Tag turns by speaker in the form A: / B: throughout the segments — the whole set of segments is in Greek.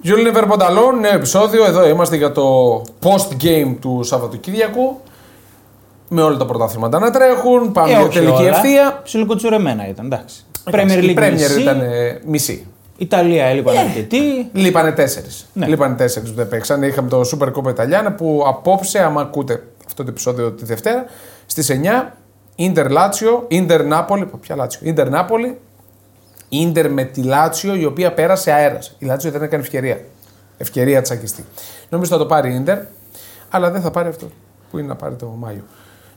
A: Γιούλιν Βερμπονταλόν, νέο επεισόδιο. Εδώ είμαστε για το post-game του Σαββατοκύριακου. Με όλα τα πρωταθλήματα να τρέχουν. Πάμε
B: Ε,
A: για
B: όχι
A: τελική
B: όλα.
A: ευθεία.
B: Ψιλοκοτσουρεμένα ήταν, εντάξει.
A: Εντάξει,
B: Premier
A: η
B: League
A: Premier
B: μισή,
A: ήταν ε, μισή.
B: Ιταλία έλειπαν αρκετοί.
A: Λείπανε τέσσερις.
B: Ναι.
A: Λείπανε τέσσερις που δεν παίξαν. Είχαμε το Super Coppa Ιταλιάνα που απόψε, άμα ακούτε αυτό το επεισόδιο τη Δευτέρα, στις 9, Ιντερ Λάτσιο, Ιντερ Νάπολη. Ποια Λάτσιο, Ιντερ Νάπολη, Ιντερ με τη Λάτσιο η οποία πέρασε αέρας. Η Λάτσιο δεν έκανε ευκαιρία. Ευκαιρία τσακιστή. Νομίζω θα το πάρει η Ιντερ, αλλά δεν θα πάρει αυτό που είναι να πάρει το Μάιο.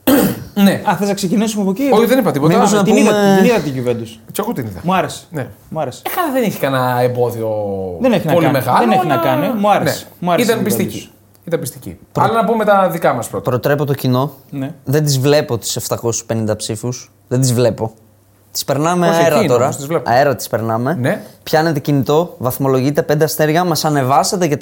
A: ναι,
B: Α, θες να ξεκινήσουμε από εκεί.
A: Όχι, δεν είπα τίποτα.
B: Μήπως
A: Να
B: την, είδα,
C: πούμε-
B: την είδα την Juventus.
A: και εγώ την είδα.
B: Μου άρεσε.
A: Ναι.
B: Μου άρεσε.
A: Ε, καλά, δεν έχει κανένα εμπόδιο
B: Δεν έχει να
A: πολύ
B: κάνει.
A: μεγάλο.
B: Δεν έχει
A: αλλά- ναι.
B: να κάνει. Μου άρεσε. Μου άρεσε
A: Ήταν
B: η
A: πιστική. Ήταν πιστική. Αλλά να πούμε τα δικά μας πρώτα.
C: Προτρέπω το κοινό.
B: Ναι.
C: Δεν τις βλέπω τις 750 ψήφους. Δεν τις βλέπω. Τις περνάμε
A: Όχι,
C: αέρα
A: εκείνο
C: τώρα.
A: όμως τις βλέπω.
C: Αέρα τις περνάμε.
A: Ναι.
C: Πιάνετε κινητό, βαθμολογείτε 5 αστέρια. Μας ανεβάσατε και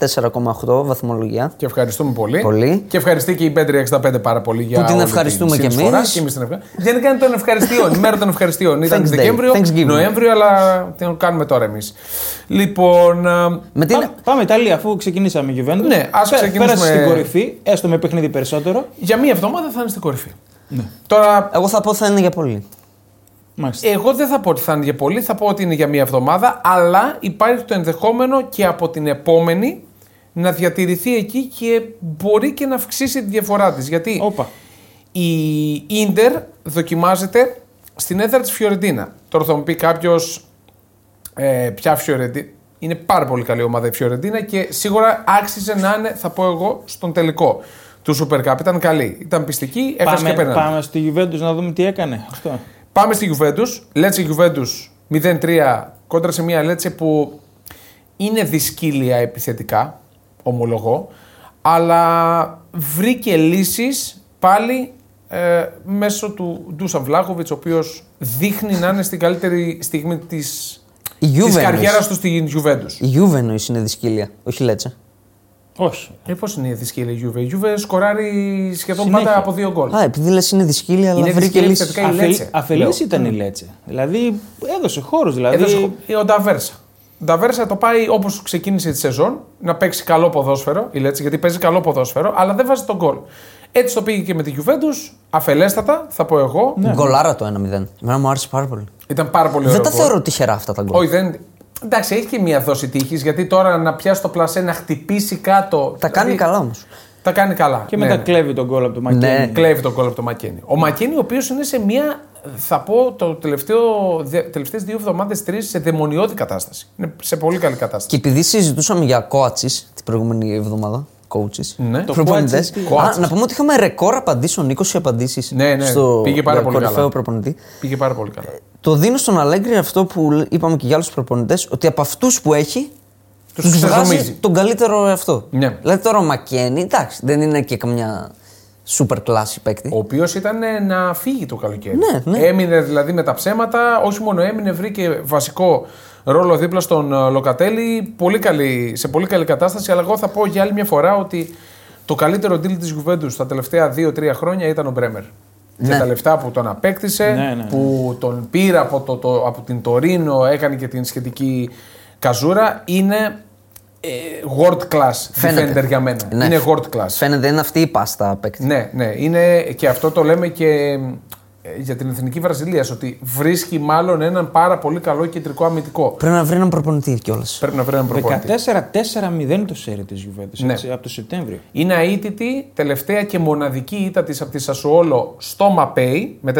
C: 4,8 βαθμολογία.
A: Και ευχαριστούμε πολύ.
C: Πολύ.
A: Και ευχαριστεί και η Πέτρια 65 πάρα πολύ για
C: την
A: όλη
C: ευχαριστούμε
A: την
C: κι
A: συνεισφορά.
C: εμείς.
A: Και εμείς την ευχαριστούμε. Γενικά είναι των ευχαριστειών, η μέρα των ευχαριστειών. Ήταν
C: Thanks Day.
A: Δεκέμβριο,
C: Thanksgiving.
A: Νοέμβριο, αλλά την κάνουμε τώρα εμείς. Λοιπόν. α,
C: Με την...
B: Πάμε, πάμε Ιταλία, αφού ξεκινήσαμε η Juventus.
A: Ναι, ας
B: Πέ-
A: ξεκινήσουμε-
B: Πέρασε στην κορυφή, έστω με παιχνίδι περισσότερο.
A: Για μία εβδομάδα θα είναι στην κορυφή.
B: Ναι.
A: Τώρα,
C: Εγώ θα πω θα είναι για πολύ.
B: Μάλιστα.
A: εγώ δεν θα πω ότι θα είναι για πολύ, θα πω ότι είναι για μία εβδομάδα, αλλά υπάρχει το ενδεχόμενο και από την επόμενη να διατηρηθεί εκεί και μπορεί και να αυξήσει τη διαφορά της. Γιατί
B: Όπα.
A: Η Ίντερ δοκιμάζεται στην έδρα της Φιωρεντίνα. Τώρα θα μου πει κάποιος ε, ποια Φιωρεντίνα. Είναι πάρα πολύ καλή ομάδα η Φιωρεντίνα και σίγουρα άξιζε να είναι, θα πω εγώ, στον τελικό του Super Cup. Ήταν καλή. Ήταν πιστική, έχασε και
B: Πάμε,
A: πέρασε. Πάμε.
B: πάμε στη Juventus να δούμε τι έκανε. Αυτό.
A: στη Juventus. Λέτσε Juventus 0-3 κόντρα σε μια Λέτσε που είναι δυσκύλια επιθετικά, ομολογώ, αλλά βρήκε λύσεις πάλι ε, μέσω του Ντούσαν Βλάχοβιτς, ο οποίος δείχνει να είναι στην καλύτερη στιγμή της,
C: Η
A: της
C: Juventus.
A: καριέρας του στην Juventus.
C: Η Juventus είναι δυσκύλια, όχι Λέτσε.
B: Όχι.
A: Ε, πώς είναι η δυσκύλια η Juve. Η Juve σκοράρει σχεδόν
B: Συνέχεια.
A: πάντα από δύο γκολ.
C: Α, επειδή λες είναι δυσκύλια, αλλά
A: Είναι
C: βρήκε
A: δυσκύλια
C: λύση.
A: επιθετικά. η Λέτσε,
B: Αφελής
A: λέω.
B: ήταν η Λέτσε. Δηλαδή έδωσε χώρους. Δηλαδή...
A: Έδωσε χο- ε, ο Νταβέρσα. Ο Νταβέρσα το πάει όπως ξεκίνησε τη σεζόν, να παίξει καλό ποδόσφαιρο, η Λέτση, γιατί παίζει καλό ποδόσφαιρο, αλλά δεν βάζει τον γκολ. Έτσι το πήγε και με τη Juventus, αφελέστατα, θα πω εγώ.
C: Γκολάρα το 1-0. Εμένα μου άρεσε πάρα πολύ.
A: Ήταν πάρα πολύ ωραίο.
C: Ναι. Δεν τα
A: γκολ.
C: θεωρώ τυχερά αυτά τα γκολ.
A: Όχι, δεν. Εντάξει, έχει και μία δόση τύχης, γιατί τώρα να πιάσει το πλασέ, να χτυπήσει κάτω. δηλαδή,
C: Τα κάνει καλά όμως.
A: Τα κάνει καλά.
B: Και
A: ναι,
B: μετά
A: ναι.
B: κλέβει τον κόλλο από το Μακένι.
C: Ναι.
A: Κλέβει τον κόλλο από το Μακένι. Ο Μακένι, ο οποίος είναι σε μία, θα πω, το τελευταίο, δε- τελευταίες δύο εβδομάδες, τρεις, σε δαιμονιώδη κατάσταση. Είναι σε πολύ καλή κατάσταση.
C: Και επειδή συζητούσαμε για κόατσει την προηγούμενη εβδομάδα, coaches,
A: Ναι. Το
C: προπονητές,
B: coaches,
A: τι-
C: α,
A: coaches.
C: Να πούμε ότι είχαμε ρεκόρ απαντήσεων, 20 απαντήσεις
A: Ναι, ναι,
C: στο
A: πήγε πάρα πολύ
C: κορυφαίο
A: καλά.
C: προπονητή.
A: Πήγε πάρα πολύ καλά.
C: Το δίνω στον Αλέγκρι αυτό που λ- είπαμε και για άλλους προπονητές, ότι από αυτούς που έχει.
A: Τους
C: Τους βγάζει
A: ξεζομίζει.
C: τον καλύτερο εαυτό.
A: Ναι.
C: Δηλαδή τώρα ο Μακένι, εντάξει, δεν είναι και καμιά super class παίκτη.
A: Ο οποίος ήταν ε, να φύγει το καλοκαίρι.
C: Ναι, ναι.
A: Έμεινε δηλαδή με τα ψέματα. Όχι μόνο έμεινε, βρήκε βασικό ρόλο δίπλα στον ε, Λοκατέλη. Πολύ καλή, σε πολύ καλή κατάσταση. Αλλά εγώ θα πω για άλλη μια φορά ότι το καλύτερο deal της Juventus τα τελευταία 2-3 χρόνια ήταν ο Μπρέμερ.
C: Ναι.
A: Για τα λεφτά που τον απέκτησε,
B: Ναι, ναι, ναι.
A: που τον πήρε από, το, το, από την Τωρίνο, έκανε και την σχετική καζούρα, είναι ε, world class
C: Φαίνεται.
A: defender για μένα.
C: Ναι.
A: Είναι world class.
C: Φαίνεται, είναι αυτή η πάστα παίκτη.
A: Ναι, ναι. Είναι, και αυτό το λέμε και ε, για την εθνική Βραζιλίας. Ότι βρίσκει μάλλον έναν πάρα πολύ καλό κεντρικό αμυντικό.
C: Πρέπει να βρει έναν προπονητή κιόλας.
A: Πρέπει να βρει έναν προπονητή.
B: 14-4-0 το σερι της Juventus
A: Ναι.
B: έτσι, από το Σεπτέμβριο.
A: Είναι αίτητη, τελευταία και μοναδική ήττα της από τη Σασουόλο στο Μαπέι με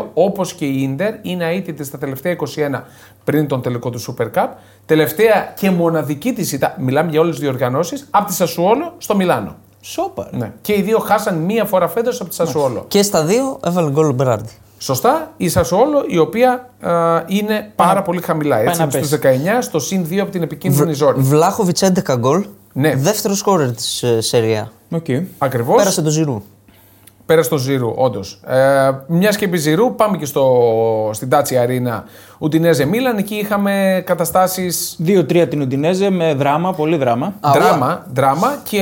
A: 4-2, όπως και η ντερ. Είναι αίτητη στα τελευταία 21 πριν τον τελικό του Super Cup. Τελευταία και μοναδική της ήττα, μιλάμε για όλες τις διοργανώσεις, από τη Σασουόλο στο Μιλάνο.
B: Σόπα. ρε.
A: Ναι. Και οι δύο χάσαν μία φορά φέτος από τη Σασουόλο.
C: Και στα δύο έβαλε γκολ ο Μπεράρντι.
A: Σωστά, η Σασουόλο η οποία α, είναι πάρα πολύ χαμηλά. Έτσι,
B: να
A: είναι στους 19, στο συν 2 από την επικίνδυνη ζώνη.
C: Βλάχοβιτ 11 γκολ.
A: Ναι.
C: Δεύτερο σκόρερ της Σερία.
B: Οκ.
A: Ακριβώς. Πέρασε...
C: Πέρασε
A: το
C: το Ζηρού.
A: Ζήρου, όντως. Ε, Μιας και επί Ζήρου, πάμε και στο, στην Τάτσι Αρίνα Ουντινέζε Μίλαν. Εκεί είχαμε καταστάσεις
B: 2-3 την Ουντινέζε με δράμα, πολύ δράμα.
C: Α,
A: δράμα, δράμα και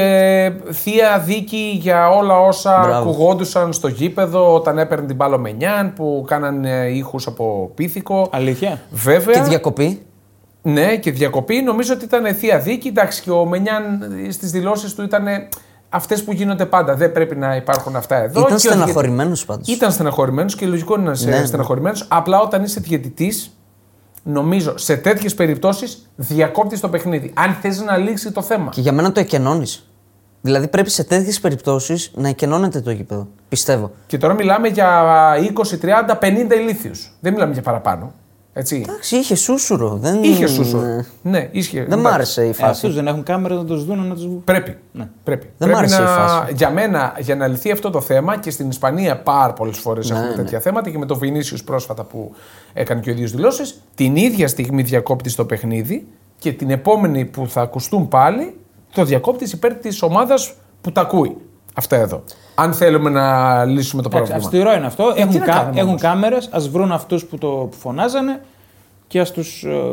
A: θεία δίκη για όλα όσα
C: Μπράβο.
A: ακουγόντουσαν στο γήπεδο όταν έπαιρνε την μπάλα ο Μενιάν που κάνανε ήχους από πίθηκο.
B: Αλήθεια. Ε,
A: Βέβαια.
C: Και διακοπή.
A: Ναι, και διακοπή. Νομίζω ότι ήταν θεία δίκη. Εντάξει, και ο Μενιάν στις δηλώσεις του ήταν αυτές που γίνονται πάντα. Δεν πρέπει να υπάρχουν αυτά εδώ.
C: Ήταν
A: Και ο διε-
C: στεναχωρημένο πάντως.
A: Ήταν στεναχωρημένο και λογικό είναι να είσαι
C: Ναι.
A: στεναχωρημένος. Απλά όταν είσαι διαιτητής, νομίζω σε τέτοιες περιπτώσεις διακόπτεις το παιχνίδι. Αν θες να λύσει το θέμα.
C: Και για μένα το εκενώνεις. Δηλαδή πρέπει σε τέτοιες περιπτώσεις να εκενώνεται το γήπεδο. Πιστεύω.
A: Και τώρα μιλάμε για 20, 30, 50 ηλίθιους. Δεν μιλάμε για παραπάνω. Έτσι.
C: Εντάξει, είχε σούσουρο. Δεν...
A: Είχε σούσο.
C: ε,
A: Ναι, ίσχυε.
C: Δεν μ'
A: Εντάξει.
C: άρεσε η
B: Ε,
C: φάση.
B: Αυτούς δεν έχουν κάμερα να του δουν να τους.
A: Πρέπει. πρέπει.
C: Ναι. Δεν
A: πρέπει
C: μ' άρεσε
A: να...
C: η φάση.
A: Για μένα, για να λυθεί αυτό το θέμα και στην Ισπανία πάρα πολλές φορές
C: Ναι,
A: έχουμε τέτοια θέματα και με τον Βινίσιου πρόσφατα που έκανε και ο ίδιος δηλώσεις, την ίδια στιγμή διακόπτη το παιχνίδι και την επόμενη που θα ακουστούν πάλι το διακόπτη υπέρ της ομάδας που τα ακούει. Αυτά εδώ. Αν θέλουμε να λύσουμε το
B: Εντάξει,
A: πρόβλημα. Ε,
B: αυστηρό είναι αυτό.
A: τι
B: έχουν
A: να
B: κα...
A: κάνουμε
B: έχουν
A: όμως.
B: κάμερες, ας βρουν αυτούς που, το... που φωνάζανε και ας τους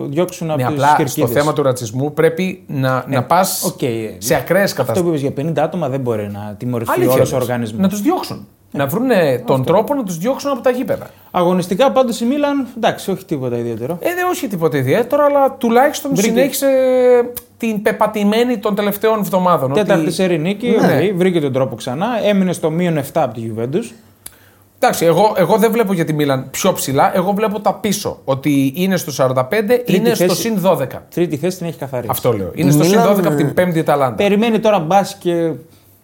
B: διώξουν από
A: Ναι,
B: τις
A: απλά στο
B: κερκίδες.
A: θέμα του ρατσισμού πρέπει να,
C: Ναι.
A: να πας
B: οκ, ε,
A: σε ακραίες καταστάσει.
B: Αυτό που είπες για 50 άτομα δεν μπορεί να τιμωρηθεί
A: Αλήθεια Ναι.
B: όλο
A: λες.
B: ο οργανισμός.
A: Να τους διώξουν.
C: Ναι.
A: Να βρουν τον τρόπο να τους διώξουν από τα γήπεδα.
B: Αγωνιστικά πάντως η Μίλαν, εντάξει, όχι τίποτα ιδιαίτερο.
A: Ε, δε, όχι τίποτα ιδιαίτερο, αλλά τουλάχιστον
B: Βρήκε.
A: συνέχισε την πεπατημένη των τελευταίων εβδομάδων.
B: Τέταρτη
A: ότι-
B: σερή νίκη,
A: Ναι.
B: οκ, βρήκε τον τρόπο ξανά. Έμεινε στο μείον 7 από τη Γιουβέντους.
A: Εντάξει, εγώ, εγώ δεν βλέπω για τη Μίλαν πιο ψηλά, εγώ βλέπω τα πίσω. Ότι είναι στο 45, είναι στο
B: θέση.
A: συν 12.
B: Τρίτη θέση την έχει καθαρίσει.
A: Αυτό λέω. Είναι στο συν
C: Μίλαν,
A: 12 από την πέμπτη Ιταλάντα.
B: Περιμένει τώρα μπα και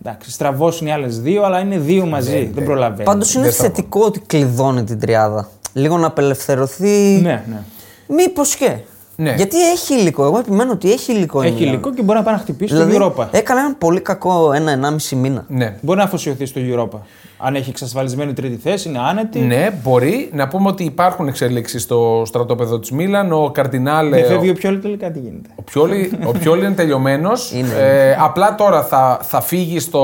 B: εντάξει, στραβώσουν οι άλλες δύο, αλλά είναι
C: Ναι,
B: δύο μαζί. δεν προλαβαίνεις.
C: Πάντως είναι
A: ε, δεν θα
C: θετικό ότι κλειδώνει την τριάδα. Λίγο να απελευθερωθεί.
B: Ναι, ναι.
C: Μήπως και.
A: Ναι.
C: Γιατί έχει υλικό. Εγώ επιμένω ότι έχει υλικό. η
B: Έχει
C: Μίλαν.
B: υλικό και μπορεί να πάει να χτυπήσει
C: Δηλαδή,
B: το Europa.
C: έκανε ένα πολύ κακό ένα-ενάμιση μήνα.
A: Ναι.
B: Μπορεί να αφοσιωθεί στο Europa. Αν έχει εξασφαλισμένη τρίτη θέση, είναι άνετη.
A: Ναι, μπορεί να πούμε ότι υπάρχουν εξελίξεις στο στρατόπεδο της Μίλαν. Ο Καρδινάλε.
B: Δεν Ε, φεύγει ο Πιόλη, τελικά τι γίνεται.
A: Ο Πιόλι, ο Πιόλι είναι τελειωμένος.
C: Είναι.
A: Ε, απλά τώρα θα, θα φύγει στο,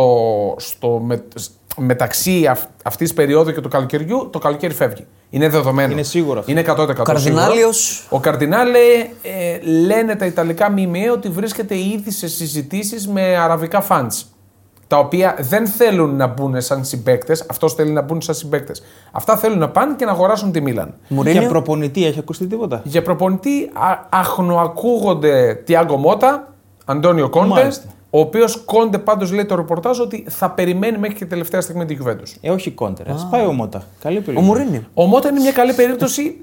A: στο με, σ- μεταξύ αυ, αυτής τη περίοδου και του καλοκαιριού. Το καλοκαίρι φεύγει. Είναι δεδομένο.
B: Είναι σίγουρο αυτό.
A: Είναι 100% Ο
C: Καρδινάλιος-
A: Ο Καρδινάλε ε, λένε τα Ιταλικά μιμιέ ότι βρίσκεται ήδη σε συζητήσεις με αραβικά φαντς τα οποία δεν θέλουν να μπουν σαν συμπαίκτες. Αυτό θέλει να μπουν σαν συμπαίκτες. Αυτά θέλουν να πάνε και να αγοράσουν τη Μίλαν.
C: Μουρίνιο.
B: Για προπονητή έχει ακουστεί τίποτα.
A: Για προπονητή α- αχνοακούγονται Τιάγκο Μότα, Αντώνιο Κόντε,
B: Μάλιστα.
A: ο οποίος Κόντε πάντως λέει το ρεπορτάζ ότι θα περιμένει μέχρι και τελευταία στιγμή την κυβέρνηση.
B: Ε, όχι κόντερα. Ας Πάει ο Μότα. Καλή
C: Ο
B: επιλογή.
C: Μουρίνιο.
A: Ο Μότα είναι μια καλή περίπτωση.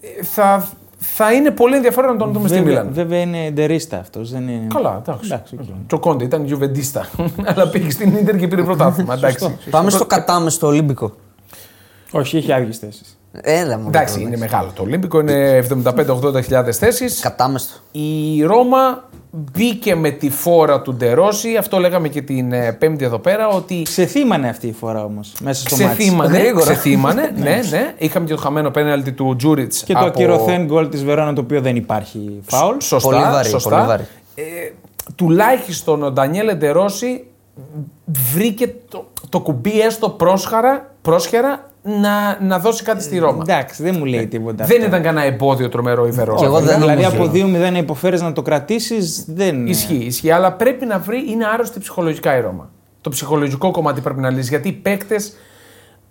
A: Ε, θα, θα είναι πολύ ενδιαφέρον να τον δούμε στη
B: Βέβαια,
A: Μίλαν.
B: βέβαια είναι εντερίστα αυτός. Δεν είναι...
A: Καλά, εντάξει.
B: Εντάξει, οκ.
A: Και ο Κόντε ήταν γιουβεντίστα. αλλά πήγε στην ντερ και πήρε πρωτάθλημα. εντάξει.
C: Πάμε στο κατάμεστο Ολύμπικο.
B: Όχι, έχει άδειε θέσεις.
C: Έλα μου.
A: Εντάξει,
C: ρε,
A: είναι μεγάλο το Ολύμπικο, είναι 75-80.000 θέσεις.
C: Κατάμεστο.
A: Η Ρώμα μπήκε με τη φόρα του Ντερόση. Αυτό λέγαμε και την ε, Πέμπτη εδώ πέρα ότι
B: Ξεθύμανε αυτή η φορά όμως μέσα στο μάτι.
A: ξεθύμανε.
C: Γρήγορα.
A: ξεθύμανε ναι, ναι. Είχαμε και το χαμένο πέναλτι του Τζούριτ.
B: Και το ακυρωθέν γκολ της Βερόνα το οποίο δεν υπάρχει φάουλ.
A: Σωστά.
C: Πολύ βαρύ,
A: σωστά.
C: πολύ βαρύ.
A: Ε, τουλάχιστον ο Ντανιέλ Εντερόση βρήκε το, το κουμπί έστω πρόσχαρα, πρόσχερα να, να δώσει κάτι στη Ρώμα.
B: Εντάξει, δεν μου λέει τίποτα.
A: δεν
B: αυτό.
A: ήταν κανένα εμπόδιο τρομερό η Βερόνα.
C: Ναι. Και εγώ δεν
B: δηλαδή
C: νομίζω.
B: από 2-0 να υποφέρεις να το κρατήσεις δεν.
A: Ισχύει, ισχύει. Αλλά πρέπει να βρει, είναι άρρωστη ψυχολογικά η Ρώμα. Το ψυχολογικό κομμάτι πρέπει να λύσει. Γιατί οι παίκτες.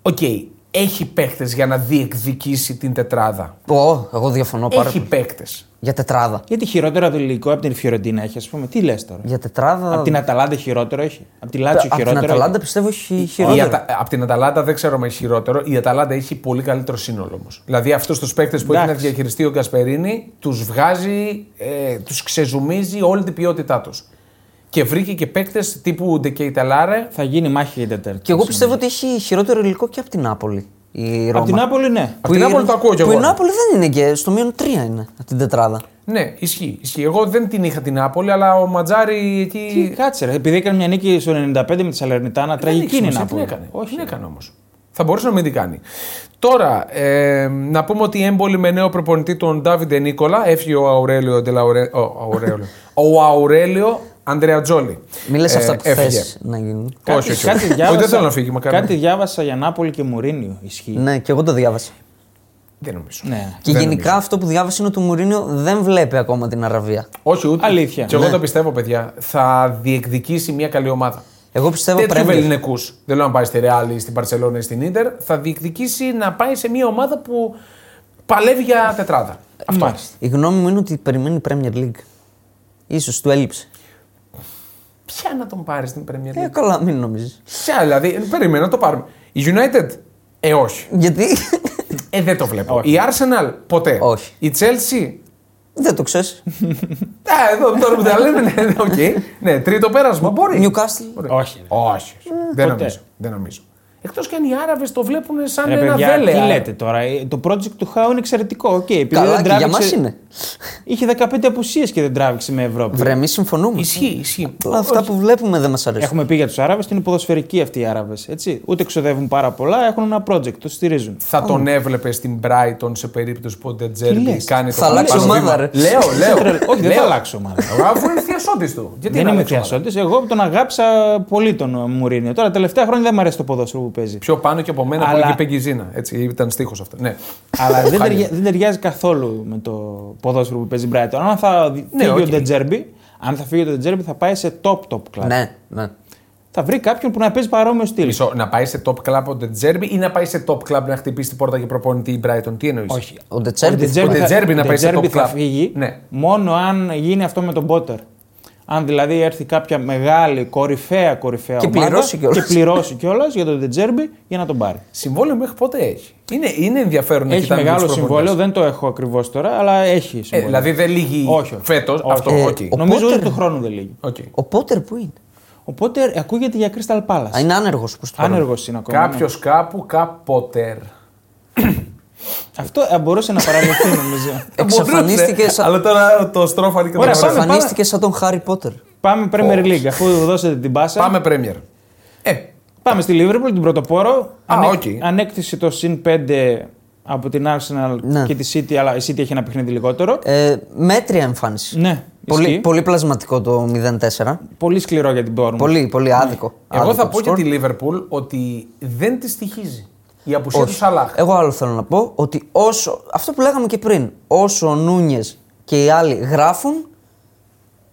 A: Οκ, έχει παίκτες για να διεκδικήσει την τετράδα.
C: Ω, εγώ διαφωνώ πάρα
A: έχει
C: πολύ.
A: παίκτες.
C: Για τετράδα.
B: Γιατί χειρότερο από το υλικό από την Φιωρεντίνα έχει, ας πούμε. Τι λες τώρα.
C: Για τετράδα.
B: Από την Αταλάντα χειρότερο έχει. Από τη Λάτσιο
C: Από την
B: χειρότερο.
C: Αταλάντα πιστεύω έχει χειρότερο.
A: Από την Αταλάντα δεν ξέρω με χειρότερο. Η Αταλάντα έχει πολύ καλύτερο σύνολο όμως. Δηλαδή αυτού τους παίκτες που έχει να
B: Εντάξει.
A: διαχειριστεί ο Γκασπερίνη τους βγάζει, ε, τους ξεζουμίζει όλη την ποιότητά τους. Και βρήκε και παίκτες τύπου Ντεκέιταλάρε.
B: έχει. Θα γίνει μάχη για τέταρτη.
C: Και εγώ πιστεύω ότι έχει χειρότερο υλικό και από την Νάπολη. Η Ρώμα.
B: Από την Νάπολη, ναι.
A: Απ' την
C: η-
A: Νάπολη το ακούω κι
C: που
A: εγώ.
C: η Νάπολη δεν είναι και στο μείον 3 είναι από την τετράδα.
A: Ναι, ισχύει. ισχύει. Εγώ δεν την είχα την Άπολη, αλλά ο Ματζάρη εκεί.
C: Ε,
B: Τι κάτσε, ρε. Επειδή έκανε μια νίκη στο 95 με τη Σαλερνιτάνα,
A: Ε,
B: τραγική είναι να
A: να την έκανε.
B: Όχι.
A: Όχι, την έκανε όμως. Θα μπορούσε να μην την κάνει. Τώρα, ε, να πούμε ότι η έμπολη με νέο προπονητή τον Ντάβιντε Νίκολα, έφυγε ο Αουρέλιο Ντελαουρέ- ο Αουρέλιο. ο Αουρέλιο Αντρεατζόλη.
C: Μιλά
A: Ε,
C: αυτά που
A: έφυγε.
C: θες να γίνουν.
A: Κάτι-
B: Κάτι,
A: όχι, όχι.
B: κάτι
A: Όχι,
B: διάβασα,
A: δεν θέλω να φύγει, μακάρι.
B: Κάτι διάβασα για Νάπολη και Μουρίνιο. Ισχύει.
C: Ναι, και εγώ το διάβασα.
A: Δεν νομίζω.
B: Ναι.
C: Και
A: Δεν
C: γενικά αυτό που διάβασα είναι ότι ο Μουρίνιο δεν βλέπει ακόμα την Αραβία.
A: Όχι, ούτε.
B: Αλήθεια.
A: Και εγώ
C: Ναι.
A: το πιστεύω, παιδιά. Θα διεκδικήσει μια καλή ομάδα.
C: Εγώ πιστεύω
A: Τέτοιου
C: πρέπει.
A: ελληνικού. Δεν λέω να πάει στη Ρεάλ ή στην Παρσελόνα ή στην ντερ. Θα διεκδικήσει να πάει σε μια ομάδα που παλεύει για τετράδα.
C: Αυτό.
B: Μάλιστα.
C: Η γνώμη μου είναι ότι περιμένει η Premier League. Ίσως του έλειψε.
A: Ποια να τον πάρεις στην Premier
C: Ε,
A: League.
C: καλά, μην νομίζεις.
A: Ποια δηλαδή, ε, περίμενα να το πάρουμε. Η United, ε όχι.
C: Γιατί
A: Ε, δεν το βλέπω.
B: Όχι.
A: Η Arsenal, ποτέ.
C: Όχι.
A: Η Chelsea,
C: δεν το ξέρεις.
A: Α, εδώ τώρα που τα λέμε, ναι, ναι, οκ. Ναι, τρίτο πέρασμα. Μπορεί.
C: Newcastle.
A: Μπορεί.
B: Όχι, ρε.
A: Όχι.
C: Ε,
A: Δεν
B: ποτέ.
A: νομίζω. Δεν νομίζω. Εκτός και αν οι Άραβες το βλέπουν σαν
B: Ρε
A: ένα
B: παιδιά,
A: δέλεα.
B: τι λέτε τώρα. ε, Το project του Χάου είναι εξαιρετικό. Οκ, επειδή
C: Καλά,
B: δεν
C: και για
B: τράβηξε.
C: μας είναι.
B: Είχε 15 απουσίες και δεν τράβηξε με Ευρώπη.
C: Βρε, εμείς συμφωνούμε.
A: Ισχύει, ισχύει.
C: Απλά αυτά που βλέπουμε δεν μας αρέσουν.
B: Έχουμε πει για τους Άραβες, είναι ποδοσφαιρικοί αυτοί οι Άραβες. Ούτε ξοδεύουν πάρα πολλά, έχουν ένα project, το στηρίζουν.
A: Θα τον έβλεπε στην Brighton σε περίπτωση που ο
B: Τι
A: Ντετζέρμπι
B: λες.
A: κάνει το
C: Θα αλλάξει
A: παραπάνω
C: ομάδα,
A: βήμα.
C: ρε.
A: Λέω, λέω.
B: Όχι, δεν θα
A: Ε, λέω.
B: αλλάξω ομάδα.
A: Αφού είναι θειασότη του. Γιατί
B: Δεν
A: να
B: είμαι
A: αλλάξω ομάδα.
B: θειασότη. Εγώ τον αγάπησα πολύ τον ε, Μουρίνιο. Τώρα, τελευταία χρόνια δεν μου αρέσει το ποδόσφαιρο που παίζει.
A: Πιο πάνω και από μένα που
B: Αλλά-
A: έλεγε η Πεγκιζίνα. Έτσι, ήταν στίχος αυτό. Ναι.
B: Αλλά δεν,
A: Χάλια.
B: ταιριά- δεν ταιριάζει καθόλου με το ποδόσφαιρο που παίζει η Brighton. Αν θα δι-
A: Ναι,
B: φύγει ο
A: οκ.
B: Ντετζέρμπι, αν θα φύγει ο Ντετζέρμπι, θα πάει σε top top club.
C: Ναι, ναι.
B: Θα βρει κάποιον που να παίζει παρόμοιο στυλ.
A: Μισό, να πάει σε top club ο Ντετζέρμπι ή να πάει σε top club να χτυπήσει την πόρτα και προπονητή η Brighton. Τι εννοείς.
B: Όχι.
C: Ο Ντετσέρμπι.
A: Ντετζέρμπι.
B: θα-
A: ο Ντετζέρμπι να πάει σε
B: Ντετζέρμπι
A: top
B: θα
A: club.
B: φύγει
A: Ναι.
B: μόνο αν γίνει αυτό με τον Πότερ. Αν δηλαδή έρθει κάποια μεγάλη, κορυφαία, κορυφαία
C: Και
B: ομάδα
C: πληρώσει κιόλας.
B: και πληρώσει κιόλας για τον Ντετζέρμπι για να τον πάρει.
A: Συμβόλαιο μέχρι πότε έχει. Είναι, είναι ενδιαφέρον να
B: Έχει
A: κοιτάμε
B: μεγάλο
A: τους προπονητές.
B: συμβόλαιο, δεν το έχω ακριβώς τώρα, αλλά έχει
A: Ε,
B: συμβόλαιο.
A: δηλαδή δεν λύγει
B: Όχι, όχι.
A: φέτος.
B: Όχι.
A: Αυτό.
C: Ε,
A: οκ.
C: ο-
B: Νομίζω
C: Πότερ-
B: ότι του χρόνου δεν λύγει.
A: Οκ.
C: Ο Πότερ που είναι.
B: Ο Πότερ ακούγεται για Crystal Palace.
C: Α, είναι άνεργος προ το παρόν.
B: Άνεργο είναι ακόμα.
A: Κάποιος κάπου κάποτερ.
B: ναι. Αυτό θα μπορούσε να παραμεθεί νομίζω.
C: Εξαφανίστηκε σαν-
A: Αλλά τώρα το στρόφαρι και το
B: Ωραία,
A: χρώμα.
B: πάμε.
C: Εμφανίστηκε σαν τον Χάρι Πότερ.
B: Πάμε Premier League, αφού δώσετε την πάσα.
A: Πάμε Πρέμιερ. Ε,
B: Πάμε στη Liverpool, την πρωτοπόρο.
A: Α,
B: Ανέ-
A: οκ.
B: Ανέκτησε το συν 5 από την Arsenal
C: Ναι.
B: και τη City, αλλά η City έχει ένα παιχνίδι λιγότερο.
C: Ε, μέτρια εμφάνιση.
B: Ναι,
C: Πολύ,
B: ισχύει. Ναι.
C: πολύ πλασματικό το 0-4.
B: Πολύ σκληρό για την Bournemouth.
C: Πολύ, πολύ άδικο.
A: εγώ
C: Άδικο
A: θα
C: το
A: πω για
C: σκορ.
A: τη Λίβερπουλ ότι δεν τη στοιχίζει. Η απουσία του
C: Όχι.
A: Σαλάχ.
C: Εγώ άλλο θέλω να πω ότι όσο. Αυτό που λέγαμε και πριν. Όσο ο Νούνιες και οι άλλοι γράφουν,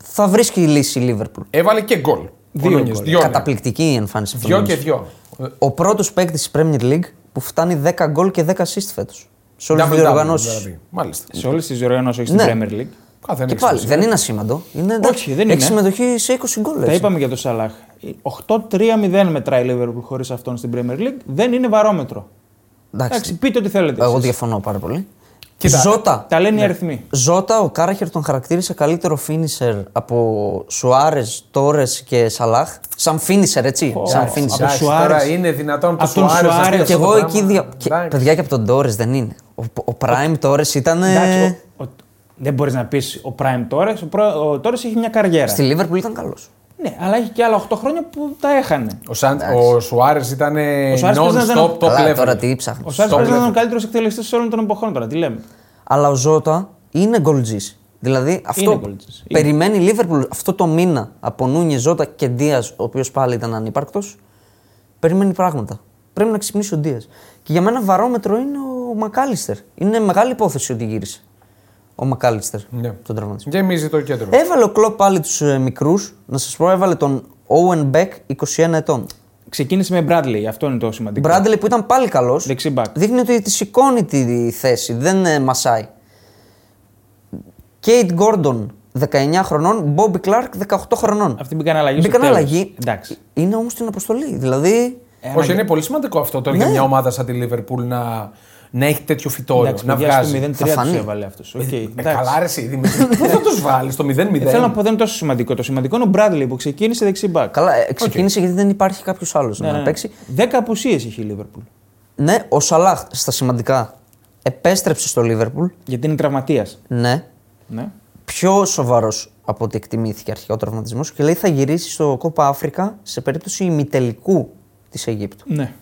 C: θα βρίσκει η λύση η Λίβερπουλ.
A: Έβαλε και γκολ.
B: Δύο
A: Ο Νούνιες,
B: γκολ.
A: Δυο, ναι.
C: Καταπληκτική η εμφάνιση. αυτού
A: Δυο
C: του
A: και
C: Νούνιες.
A: δυο.
C: Ο πρώτος παίκτης της Premier League που φτάνει 10 γκολ και 10 assist φέτος. Σε όλες τις
A: Double-double,
C: διοργανώσεις.
A: δηλαδή. Μάλιστα.
B: Σε όλες τις διοργανώσεις, όχι στην
C: Ναι.
B: Premier League.
A: Α, δεν
C: Και
A: έχεις
C: πάλι
A: σημασία.
C: δεν είναι ασήμαντο. Είναι, εντάξει,
B: δεν είναι.
C: Έχει συμμετοχή σε 20 γκολ.
B: Τα
C: έτσι.
B: είπαμε για τον Σαλάχ. 8-3-0 μετράει η Liverpool χωρίς αυτόν στην Premier League. Δεν είναι βαρόμετρο. Εντάξει, πείτε ό,τι θέλετε.
C: Εγώ
B: εσείς.
C: διαφωνώ πάρα πολύ.
A: Κοίτα,
C: Ζώτα. Ναι.
B: Τα λένε οι αριθμοί.
C: Ζώτα, ο Κάραχερ τον χαρακτήρισε καλύτερο φίνισερ από Σουάρες, Τόρες και Σαλάχ. Σαν φίνισερ, έτσι. σαν
B: από
C: φίνισερ.
A: Εντάξει,
B: Σουάρες.
A: Τώρα είναι δυνατόν το
B: Από τον
A: Σουάρες να
B: Σουάρες.
A: στείλει
C: Και
A: αυτό το
C: εγώ
A: πράγμα.
C: εκεί. Δια... Και,
A: Εντάξει.
C: παιδιά και από τον Τόρες δεν είναι. Ο, ο Prime Τόρες ήταν. ε,
B: Εντάξει, ο- ο- δεν μπορείς να πεις ο Prime Torres. Ο, προ- ο Torres έχει μια καριέρα.
C: Στη Λίβερπουλ ήταν καλός.
B: Ναι, αλλά έχει και άλλα 8 χρόνια που τα έχανε.
A: Ο, Σαν... ο Σουάρες ήταν ε,
B: Ο Σουάρες παίζει να
A: non-stop
B: ήταν-
A: top
C: Καλά,
A: level.
C: τώρα τι ψάχνεις.
B: Ο Σάρι
A: Στο
B: Πέρι ήταν
A: βλέπω.
B: ο καλύτερος εκτελεστής σε όλων των εποχών τώρα. Τι λέμε.
C: Αλλά ο Ζώτα είναι γκολτζή. Δηλαδή αυτό
B: γκολτζής. Είναι.
C: περιμένει η Λίβερπουλ αυτό το μήνα από Νούνιες, Ζώτα και Ντίας, ο οποίος πάλι ήταν ανύπαρκτος. Περιμένει πράγματα. Πρέπει να ξυπνήσει ο Ντίας. Και για μένα βαρόμετρο είναι ο Μακάλιστερ. Είναι μεγάλη υπόθεση ότι γύρισε. Ο Μακάλιστερ.
A: Ναι.
C: Τον τραυματισμό.
A: Γεμίζει το κέντρο.
C: Έβαλε ο Κλοπ πάλι τους μικρούς. Να σας πω, έβαλε τον Owen Beck 21 ετών.
B: Ξεκίνησε με Bradley, αυτό είναι το σημαντικό.
C: Μπράντελε που ήταν πάλι καλός.
B: Δεξί μπακ.
C: Δείχνει ότι τη σηκώνει τη θέση, δεν ε, μασάει. Κέιτ Γκόρντον, 19 χρονών. Μπόμπι Κλάρκ, 18 χρονών.
B: Αυτή μπήκαν αλλαγή. στο
C: Μπήκαν
B: τέλος.
C: αλλαγή.
B: Εντάξει.
C: Είναι όμως στην αποστολή. Δηλαδή.
A: Όχι, είναι πολύ σημαντικό αυτό τώρα για μια ομάδα σαν τη Λίβερπουλ να, να έχει τέτοιο φυτόριο,
B: Εντάξει,
A: να
B: παιδιά,
A: βγάζει.
B: στο 0-3
C: Θα
B: του
C: φανεί.
B: έβαλε αυτός.
A: Ε, καλά, ρε, εσύ, Δημήτρη. Πού θα τους βάλεις το 0-0.
B: Ε, Θέλω να πω δεν είναι τόσο σημαντικό. Το σημαντικό είναι ο Bradley που ξεκίνησε δεξί μπακ.
C: Καλά, ε, ξεκίνησε γιατί δεν υπάρχει κάποιος άλλος
B: Ναι,
C: να παίξει.
B: 10 απουσίε είχε η Liverpool.
C: Ναι, ο Σαλάχ στα σημαντικά επέστρεψε στο Λίβερπουλ.
B: Γιατί είναι τραυματίας.
C: Ναι.
B: Ναι.
C: Πιο σοβαρός από ό,τι εκτιμήθηκε αρχικά ο τραυματισμός και λέει θα γυρίσει στο Κόπα Αφρικα σε περίπτωση ημιτελικού της Αιγύπτου.
B: ναι.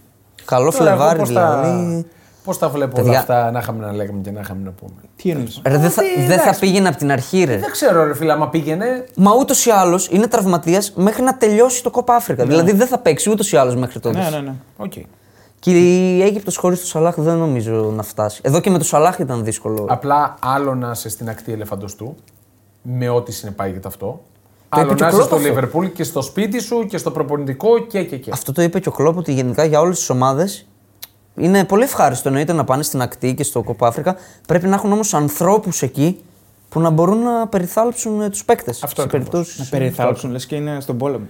C: Καλό Φλεβάρι δηλαδή.
A: Πώς τα βλέπω όλα
C: Παιδιά.
A: αυτά να είχαμε να λέγαμε και να είχαμε να πούμε.
B: Τι εννοείς.
C: Ρε, δεν θα,
A: Ότι,
C: δεν θα
A: εντάξει.
C: πήγαινε από την αρχή, ρε.
A: Δεν ξέρω, ρε φίλα, άμα πήγαινε.
C: Μα ούτως ή άλλως είναι τραυματίας μέχρι να τελειώσει το Κόπα Αφρικα. Δηλαδή δεν θα παίξει ούτως ή άλλως μέχρι τότε.
B: Ναι, ναι, ναι.
A: Οκ.
C: Και η Αίγυπτος χωρίς το Σαλάχ δεν νομίζω να φτάσει. Εδώ και με το Σαλάχ ήταν δύσκολο.
A: Απλά άλλο να είσαι στην ακτή ελεφαντοστού, με ό,τι συνεπάγεται αυτό.
C: Το
A: άλλο
C: είπε και
A: να
C: ο
A: είσαι
C: Κλόπ
A: στο
C: αυτό.
A: Λίβερπουλ και στο σπίτι σου και στο προπονητικό και και και.
C: Αυτό το είπε και ο Κλόπ ότι γενικά για όλες τις ομάδες είναι πολύ ευχάριστο εννοείται να πάνε στην ακτή και στο Κοπάφρικα. Πρέπει να έχουν όμως ανθρώπους εκεί που να μπορούν να περιθάλψουν ε, τους παίκτες.
A: Αυτό ακριβώς.
B: Να
C: περιπτώσει.
B: περιθάλψουν, λες και είναι στον πόλεμο.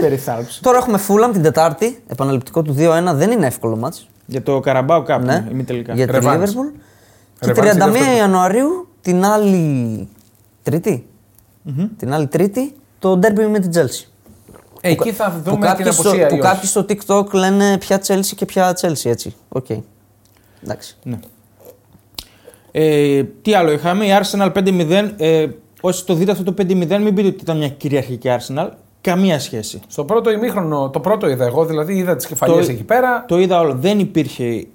B: περιθάλψουν.
C: Τώρα έχουμε Φούλαμ την Τετάρτη, επαναληπτικό του 2-1. Δεν είναι εύκολο μάτς
B: Για το Καραμπάο κάπου.
C: Ναι.
B: ημιτελικά.
C: Για τη
A: Revenge.
C: Liverpool. Και
A: Revenge
C: 31
A: είναι αυτός που-
C: Ιανουαρίου την άλλη Τρίτη. Την άλλη Τρίτη το ντέρμπι με την Τζέλση.
A: Εκεί θα
C: Που
A: δούμε την
C: κάποιοι, στο,
A: αποσία.
C: που κάποιοι στο TikTok λένε πια Chelsea και πια Chelsea, έτσι. Οκ. Εντάξει.
B: Ναι. Ε, τι άλλο είχαμε, η Arsenal 5-0. Ε, όσοι το δείτε αυτό το 5-0, μην πείτε ότι ήταν μια κυριαρχική Arsenal. Καμία σχέση.
A: Στο πρώτο ημίχρονο, το πρώτο είδα εγώ, δηλαδή είδα τις κεφαλιέ
B: Το-
A: εκεί πέρα.
B: Το είδα όλο. Δεν υπήρχε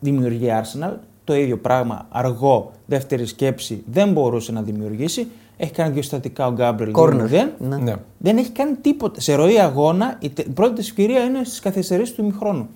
B: δημιουργία Arsenal. Το ίδιο πράγμα. Αργό, δεύτερη σκέψη. Δεν μπορούσε να δημιουργήσει. Έχει κάνει δύο στατικά ο Γκάμπρελ.
C: Corner.
A: Ναι.
C: Ναι.
B: Δεν έχει κάνει τίποτα. Σε ροή αγώνα, η τε- πρώτη της ευκαιρία είναι στις καθυστερήσεις του ημιχρόνου.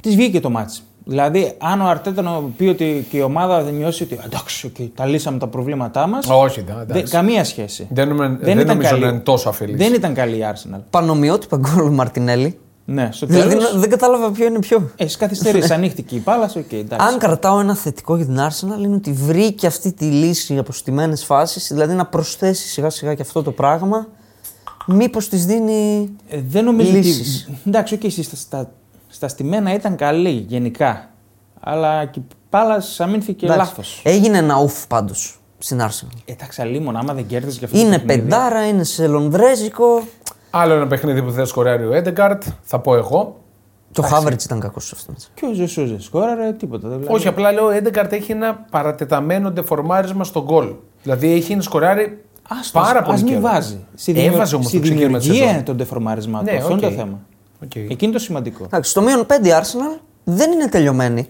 B: Τη βγήκε το μάτσο. Δηλαδή, αν ο Αρτέτα να πει ότι και η ομάδα δεν νιώσει ότι εντάξει, okay, τα λύσαμε τα προβλήματά μας.
A: Όχι, ναι, εντάξει.
B: Καμία σχέση.
A: Δεν νομι- δεν νομίζω να είναι τόσο αφελής.
B: Δεν ήταν καλή η Arsenal.
C: Πανομοιότυπα γκολ Μαρτινέλli.
B: Ναι, στο τέλο.
C: Δηλαδή δεν κατάλαβα ποιο είναι ποιο.
B: Ε, στι καθυστερήσει ανοίχτηκε η μπάλα, οκ, εντάξει.
C: Αν κρατάω ένα θετικό για την Arsenal είναι ότι βρήκε αυτή τη λύση από στιμένε φάσεις, δηλαδή να προσθέσει σιγά σιγά και αυτό το πράγμα. Μήπως της δίνει.
B: Ε, δεν νομίζω
C: Λύσεις.
B: ότι. Εντάξει, οκ, εσείς στα, στα, στα στημένα ήταν καλή γενικά. Αλλά και πάλα αμήνθηκε
C: Εντάξει.
B: λάθος.
C: Έγινε ένα ουφ πάντως στην Arsenal.
B: Εντάξει, αλίμον, άμα δεν κέρδισε και αυτό. το
C: Είναι
B: παιχνίδι.
C: πεντάρα, είναι σε λονδρέζικο.
A: Άλλο ένα παιχνίδι που δεν σκοράρει ο Έντεγκαρτ, θα πω εγώ.
C: Και ο Χάβερτ ήταν κακός σε αυτό. το μάτς.
B: Και ο Ζεσούζε σκόραρε τίποτα. Δεν
A: Όχι, απλά λέω ο Έντεγκαρτ έχει ένα παρατεταμένο ντεφορμάρισμα στον γκολ. Δηλαδή έχει σκοράρει πάρα πολύ.
B: Α μην
A: καιρό.
B: βάζει. Στη δημιου-
A: Έβαζε όμως
B: στη
A: το ξεκίνημα της
B: δημιουργία
A: σεζόν.
B: των τεφορμάρισμάτων.
A: Ναι,
B: αυτό είναι
A: οκ.
B: το θέμα.
A: Οκ.
B: Εκεί είναι το σημαντικό.
C: Εντάξει, στο μείον 5 η Arsenal δεν είναι τελειωμένη.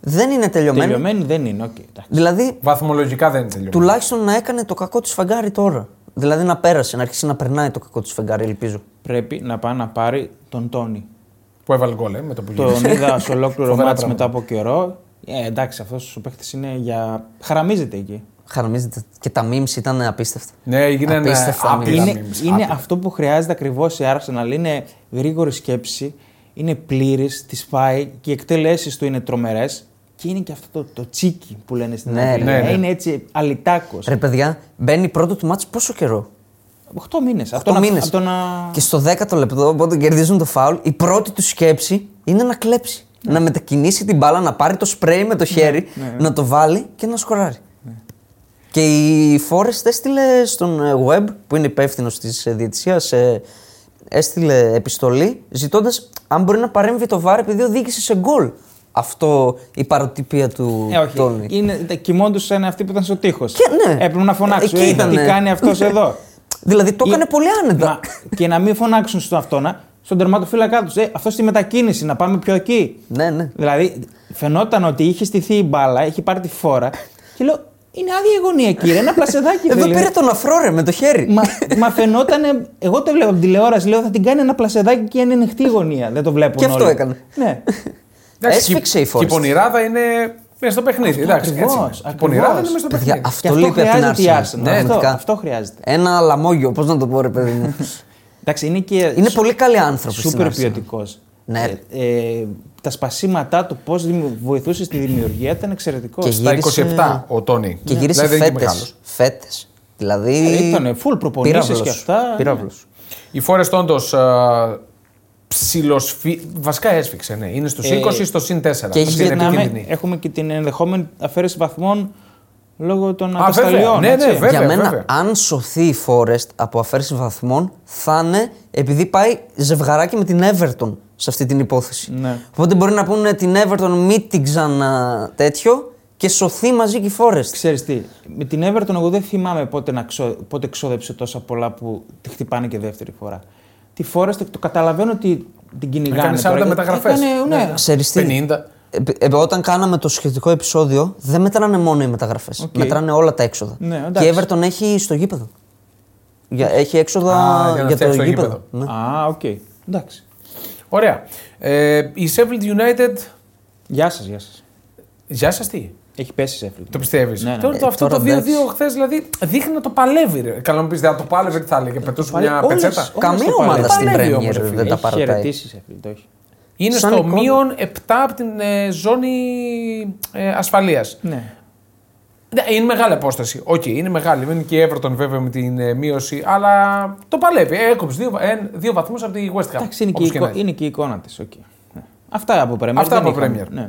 C: Δεν είναι Ε. τελειωμένη.
B: Τελειωμένη δεν είναι. οκ, εντάξει.
C: Δηλαδή
A: Βαθμολογικά δεν είναι τελειωμένο.
C: τουλάχιστον να έκανε το κακό της φεγγάρι τώρα. Δηλαδή να πέρασε, να αρχίσει να περνάει το κακό της φεγγάρι, ελπίζω.
B: Πρέπει να πάει να πάρει τον Τόνι.
A: Που έβαλε γκολ, ε, με το που γύρισε.
C: Ναι.
B: Τον είδα σε ολόκληρο
A: Φοβερά
B: μάτς
A: πράγματα.
B: μετά από καιρό. Ε, εντάξει, αυτός ο παίχτης είναι για. Χαραμίζεται εκεί.
C: Χαραμίζεται και τα memes ήταν απίστευτα.
A: Ναι, γίνανε
C: Απίστευτα
A: άπειρα
B: είναι,
A: memes,
B: είναι
A: άπειρα.
B: αυτό που χρειάζεται ακριβώς η Arsenal. Είναι γρήγορη σκέψη, είναι πλήρης, τη πάει και οι εκτελέσεις του είναι τρομερές. Και είναι και αυτό το, το τσίκι που λένε στην
C: Ναι,
B: Αγγλία.
A: ναι, ναι.
B: Είναι έτσι αλυτάκο.
C: Ρε παιδιά, μπαίνει πρώτο του μάτς πόσο καιρό.
B: 8 μήνες.
C: Οκτώ μήνες.
B: Αυτό να.
C: Και στο 10ο λεπτό, όταν κερδίζουν το φάουλ, η πρώτη του σκέψη είναι να κλέψει.
B: Ναι.
C: Να μετακινήσει την μπάλα, να πάρει το σπρέι με το χέρι, να το βάλει και να σκοράρει.
B: Ναι.
C: Και η Forest έστειλε στον ε, Web, που είναι υπεύθυνο της διαιτησίας, ε, έστειλε επιστολή ζητώντας αν μπορεί να παρέμβει το βάρ επειδή οδήγησε σε γκολ. Αυτό η παροτυπία του
B: Ε, όχι.
C: Τόνι.
B: Είναι, τα- κοιμόντουσαν αυτοί που ήταν στο τείχος.
C: Και ναι.
B: Έπρεπε να φωνάξουν.
C: Εκεί
B: Ε,
C: ήτανε. Ναι.
B: τι κάνει αυτός εδώ.
C: Δηλαδή το
B: Ή-
C: έκανε πολύ άνετα.
B: Μα, και να μην φωνάξουν στον αυτόνα, στον τερματοφύλακά τους. Ε, αυτό στη μετακίνηση, να πάμε πιο εκεί.
C: Ναι, ναι.
B: Δηλαδή, φαινόταν ότι είχε στηθεί η μπάλα, είχε πάρει τη φόρα και λέω: Είναι άδεια η γωνία, κύριε. Ένα πλασεδάκι
C: Εδώ
B: θέλει.
C: πήρε τον αφρό ρε, με το χέρι.
B: Μα, μα φαινόταν, εγώ το βλέπω από την τηλεόραση, λέω θα την κάνει ένα πλασεδάκι και είναι ανοιχτή η γωνία. Δεν το βλέπω.
C: Και αυτό έκανε.
B: Ναι.
A: Εντάξει,
C: Έσφιξε η
A: και- Και η
C: Forest.
A: πονηράδα είναι μέσα στο παιχνίδι. Εντάξει,
B: ακριβώς,
A: έτσι είναι. Η
B: ακριβώς.
A: πονηράδα είναι μέσα στο
C: Παιδιά,
A: παιχνίδι.
C: αυτό,
B: αυτό
C: λείπει από την
B: χρειάζεται η
C: Arsenal. Ναι,
B: Arsenal.
C: πραγματικά.
B: Αυτό- αυτό χρειάζεται.
C: Ένα λαμόγιο, πώς να το πω, ρε παιδί μου.
B: Εντάξει, είναι και.
C: Είναι
B: σ-
C: πολύ καλοί άνθρωποι. στην
B: Σούπερ
C: Arsenal.
B: ποιοτικός.
C: Ναι.
B: Ε, ε, τα σπασίματά του, πώς βοηθούσε στη δημιουργία ήταν εξαιρετικός.
C: Και
A: Στα
C: γύρισε-
A: 27 ο Τόνι.
C: Και γύρισε
A: Δηλαδή δεν είναι και
C: φέτες.
A: μεγάλος. Ε,
C: φέτες. Δηλαδή.
B: Ήταν full προπονήσει
C: πύραυλος.
B: και αυτά.
C: Πύραυλος.
A: Η Φόρεστ όντω ψιλοσφύ... Βασικά έσφιξε, ναι. Είναι στους 20 στο συν 4.
C: Ε, και έχει
A: Αυτή είναι
B: Βιετνάμε,
A: επικίνδυνη.
B: έχουμε και την ενδεχόμενη αφαίρεση βαθμών λόγω των
A: βέβαια.
B: αποσταλιών.
A: Ναι, ναι,
B: έτσι.
A: βέβαια.
C: για μένα,
A: βέβαια.
C: αν σωθεί η Forest από αφαίρεση βαθμών, θα είναι επειδή πάει ζευγαράκι με την Everton σε αυτή την υπόθεση.
B: Ναι.
C: Οπότε μπορεί να πούνε την Everton μη την ξανα τέτοιο και σωθεί μαζί και η Forest.
B: Ξέρεις τι, με την Everton εγώ δεν θυμάμαι πότε, να ξο... πότε ξόδεψε τόσα πολλά που τη χτυπάνε και δεύτερη φορά. Τη Forest το καταλαβαίνω ότι την κυνηγάνε.
A: Έκανε 40
B: τώρα, γιατί
A: μεταγραφές.
B: έκανε, ναι.
C: Ξέρεις τι.
A: 50.
C: Ε, ε, όταν κάναμε το σχετικό επεισόδιο, δεν μετράνε μόνο οι μεταγραφές. Μετράνε όλα τα έξοδα.
B: Ναι,
C: και
B: εντάξει.
C: η Everton έχει στο γήπεδο. Για, έχει έξοδα
A: Α, για να
C: για, το
A: φτιάξει το
C: γήπεδο.
A: γήπεδο.
C: Ναι.
B: Α, οκ. Εντάξει.
A: Ωραία. Ε, η Sheffield United.
B: Γεια σας, γεια σας.
A: Γεια σας, τι.
B: Έχει πέσει η Sheffield.
A: Το πιστεύεις.
B: Ναι, ναι.
A: Τώρα, το,
C: Ε,
A: αυτό
C: τώρα
A: το 2-2
C: εντάξει.
A: χθες δηλαδή δείχνει να το παλεύει. Ρε. Καλά μου πεις, δεν το πάλευε, τι θα έλεγε. Πετούσε
B: παλεύει.
A: μια
B: Όλες-
A: πετσέτα.
B: όλες
C: Καμία
B: το
C: ομάδα
B: παλεύει.
C: στην
A: Παλεύει
C: Premier
A: όμως, ρε φίλε.
C: δεν τα
B: Έχει
C: παρατάει.
B: χαιρετήσει η Sheffield, όχι.
A: Είναι
C: Σαν
A: στο
C: εικόνα.
A: μείον 7 από την ε, ζώνη ε, ασφαλείας.
B: Ναι.
A: Είναι μεγάλη απόσταση. Οκ, είναι μεγάλη. Είναι και η Everton βέβαια με την ε, μείωση, αλλά το παλεύει. Έκοψε δύο, ε, δύο βαθμούς από τη West Ham.
B: Εντάξει, είναι, και η
A: όπως και να
B: εικο-
A: έχει.
B: είναι και η εικόνα της. Okay. Ναι. Αυτά από Premier.
A: Αυτά
B: δεν
A: από
B: είχαμε.
A: Premier.
B: Ναι.